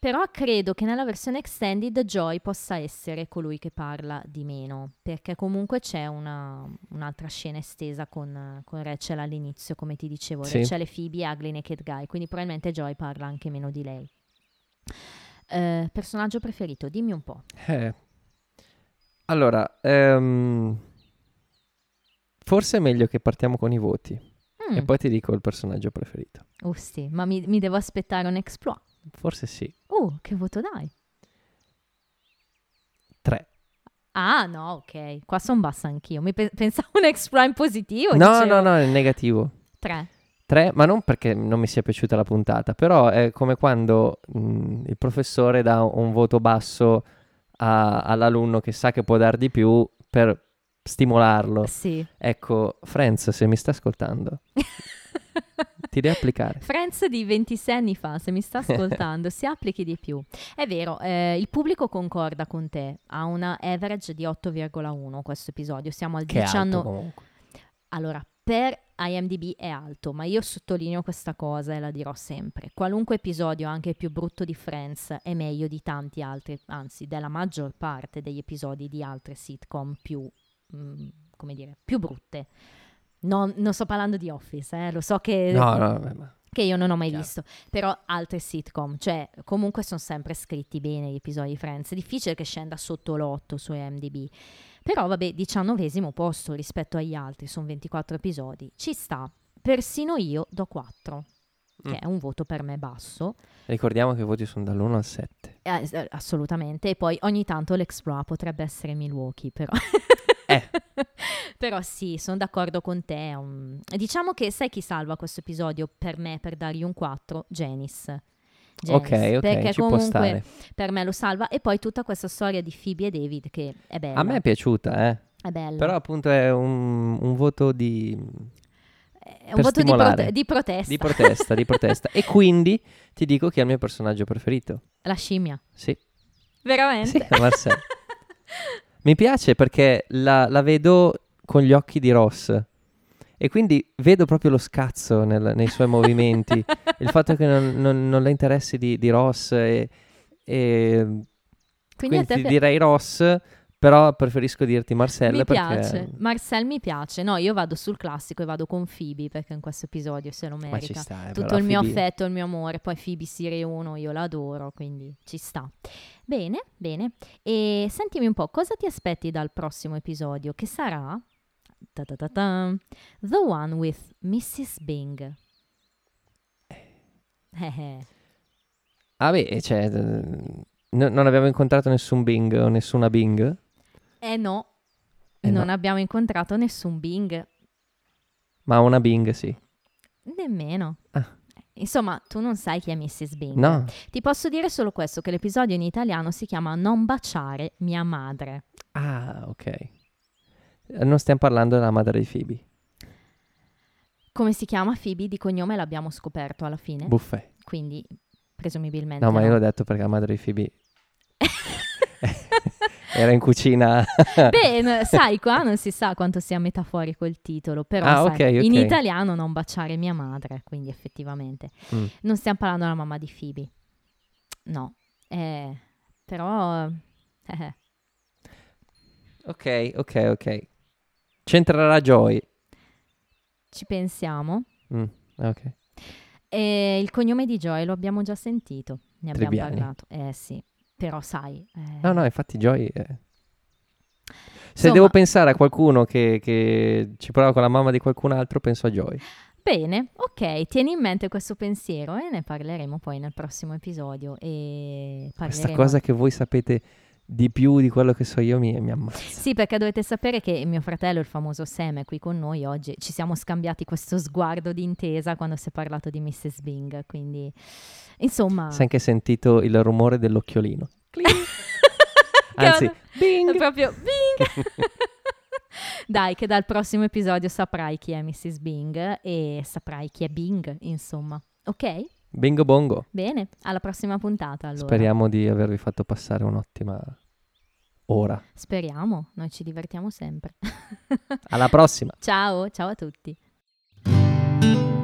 [SPEAKER 2] Però credo che nella versione extended Joy possa essere colui che parla di meno, perché comunque c'è una- un'altra scena estesa con, con Rachel all'inizio, come ti dicevo,
[SPEAKER 1] Sì.
[SPEAKER 2] Rachel e Phoebe, Ugly Naked Guy, quindi probabilmente Joy parla anche meno di lei. Eh, personaggio preferito, dimmi un po'.
[SPEAKER 1] Eh. Allora, ehm, forse è meglio che partiamo con i voti
[SPEAKER 2] Mm,
[SPEAKER 1] e poi ti dico il personaggio preferito.
[SPEAKER 2] oh sì, ma mi, mi devo aspettare un exploit.
[SPEAKER 1] Forse sì,
[SPEAKER 2] Oh, che voto dai?
[SPEAKER 1] tre.
[SPEAKER 2] Ah, no, ok. Qua sono bassa anch'io. Mi pe- pensavo un ex prime positivo.
[SPEAKER 1] No,
[SPEAKER 2] dicevo.
[SPEAKER 1] no, no, è negativo.
[SPEAKER 2] Tre.
[SPEAKER 1] Tre, ma non perché non mi sia piaciuta la puntata, però è come quando mh, il professore dà un voto basso a- all'alunno che sa che può dar di più per stimolarlo.
[SPEAKER 2] Sì.
[SPEAKER 1] Ecco, Franz, se mi sta ascoltando, ti devi applicare.
[SPEAKER 2] Friends di 26 anni fa, se mi sta ascoltando, si applichi di più. È vero, eh, il pubblico concorda con te. Ha una average di 8,1 questo episodio. Siamo al
[SPEAKER 1] Che è alto
[SPEAKER 2] 19.
[SPEAKER 1] comunque.
[SPEAKER 2] Allora, per IMDb è alto, ma io sottolineo questa cosa e la dirò sempre. Qualunque episodio, anche il più brutto di Friends, è meglio di tanti altri, anzi, della maggior parte degli episodi di altre sitcom più, mm, come dire, più brutte. Non, non sto parlando di Office, eh, lo so che
[SPEAKER 1] No, no, vabbè, ma...
[SPEAKER 2] che io non ho mai
[SPEAKER 1] Chiaro.
[SPEAKER 2] visto, però altre sitcom, cioè comunque sono sempre scritti bene gli episodi di Friends, è difficile che scenda sotto l'8 su MDB, però vabbè, diciannovesimo posto rispetto agli altri, sono 24 episodi, ci sta, persino io do 4, che
[SPEAKER 1] Mm.
[SPEAKER 2] è un voto per me basso,
[SPEAKER 1] Ricordiamo che i voti sono dall'1 al 7.
[SPEAKER 2] eh, eh, assolutamente, e poi ogni tanto l'exploit potrebbe essere Milwaukee, però...
[SPEAKER 1] Eh.
[SPEAKER 2] Però sì, sono d'accordo con te. è un- Diciamo che sai chi salva questo episodio per me per dargli un 4? Janice. Janice,
[SPEAKER 1] ok, ok,
[SPEAKER 2] perché
[SPEAKER 1] ci può
[SPEAKER 2] comunque
[SPEAKER 1] stare.
[SPEAKER 2] per me lo salva. E poi tutta questa storia di Phoebe e David che è bella.
[SPEAKER 1] A me è piaciuta, eh.
[SPEAKER 2] è bella.
[SPEAKER 1] Però appunto è un, un voto di,
[SPEAKER 2] è un
[SPEAKER 1] per
[SPEAKER 2] voto di,
[SPEAKER 1] stimolare.
[SPEAKER 2] prote- di protesta.
[SPEAKER 1] di protesta, di protesta. E quindi ti dico chi è il mio personaggio preferito.
[SPEAKER 2] La scimmia.
[SPEAKER 1] Sì, sì,
[SPEAKER 2] Veramente.
[SPEAKER 1] è Marcel. Mi piace perché la, la vedo con gli occhi di Ross. E quindi vedo proprio lo scazzo nel- nei suoi movimenti. Il fatto che non, non- non le interessi di, di Ross. E, e
[SPEAKER 2] Quindi, a
[SPEAKER 1] quindi
[SPEAKER 2] te
[SPEAKER 1] ti
[SPEAKER 2] pi-
[SPEAKER 1] direi Ross, però preferisco dirti Marcel
[SPEAKER 2] mi
[SPEAKER 1] perché...
[SPEAKER 2] piace. Marcel mi piace. No, io vado sul classico e vado con Phoebe perché in questo episodio se lo
[SPEAKER 1] Ma ci
[SPEAKER 2] merita.
[SPEAKER 1] sta, eh,
[SPEAKER 2] tutto
[SPEAKER 1] però,
[SPEAKER 2] il mio
[SPEAKER 1] Phoebe-
[SPEAKER 2] affetto, il mio amore. Poi Phoebe Sire 1, io la adoro, quindi ci sta. Bene, bene. E sentimi un po', cosa ti aspetti dal prossimo episodio? Che sarà ta ta ta ta, The One with Mrs. Bing. Eh, eh.
[SPEAKER 1] Ah beh, cioè, eh, no- non abbiamo incontrato nessun Bing o nessuna Bing.
[SPEAKER 2] Eh no,
[SPEAKER 1] Eh
[SPEAKER 2] non
[SPEAKER 1] no.
[SPEAKER 2] abbiamo incontrato nessun Bing,
[SPEAKER 1] Ma una Bing sì.
[SPEAKER 2] nemmeno.
[SPEAKER 1] Ah.
[SPEAKER 2] Insomma, tu non sai chi è Mrs. Bing.
[SPEAKER 1] No,
[SPEAKER 2] Ti posso dire solo questo, che l'episodio in italiano si chiama Non baciare mia madre.
[SPEAKER 1] Ah, ok. Eh, Non stiamo parlando della madre di Phoebe.
[SPEAKER 2] Come si chiama Phoebe? Di cognome l'abbiamo scoperto alla fine,
[SPEAKER 1] Buffet.
[SPEAKER 2] quindi presumibilmente.
[SPEAKER 1] Boh. No, ma io
[SPEAKER 2] no.
[SPEAKER 1] l'ho detto perché la madre di Phoebe era in cucina.
[SPEAKER 2] Beh, n- sai, qua non si sa quanto sia metaforico il titolo, però
[SPEAKER 1] Ah,
[SPEAKER 2] sai,
[SPEAKER 1] ok, ok.
[SPEAKER 2] in italiano non baciare mia madre, quindi effettivamente.
[SPEAKER 1] Mm.
[SPEAKER 2] Non stiamo parlando della mamma di Phoebe. No, Eh, però... eh,
[SPEAKER 1] Ok, ok, ok. C'entrerà Joy.
[SPEAKER 2] ci pensiamo.
[SPEAKER 1] Mm, ok.
[SPEAKER 2] E il cognome di Joy lo abbiamo già sentito. ne abbiamo
[SPEAKER 1] Trebbiani.
[SPEAKER 2] parlato. Eh sì, però sai... eh,
[SPEAKER 1] No, no, infatti Joy... eh. Se
[SPEAKER 2] Insomma-
[SPEAKER 1] devo pensare a qualcuno che, che ci prova con la mamma di qualcun altro, penso a Joy.
[SPEAKER 2] Ah, Bene, ok, tieni in mente questo pensiero e ne parleremo poi nel prossimo episodio. E
[SPEAKER 1] Questa
[SPEAKER 2] parleremo-
[SPEAKER 1] cosa che voi sapete di più di quello che so io mi, mi ammazza.
[SPEAKER 2] Sì, perché dovete sapere che mio fratello, il famoso Sam, è qui con noi oggi. Ci siamo scambiati questo sguardo d'intesa quando si è parlato di Mrs. Bing, quindi insomma...
[SPEAKER 1] Si è anche sentito il rumore dell'occhiolino.
[SPEAKER 2] Che
[SPEAKER 1] Anzi,
[SPEAKER 2] è proprio Bing! Dai, che dal prossimo episodio saprai chi è Mrs. Bing e saprai chi è Bing, insomma. Ok?
[SPEAKER 1] Bingo bongo.
[SPEAKER 2] Bene, alla prossima puntata allora.
[SPEAKER 1] Speriamo di avervi fatto passare un'ottima ora.
[SPEAKER 2] Speriamo, noi ci divertiamo sempre.
[SPEAKER 1] Alla prossima!
[SPEAKER 2] ciao, ciao a tutti.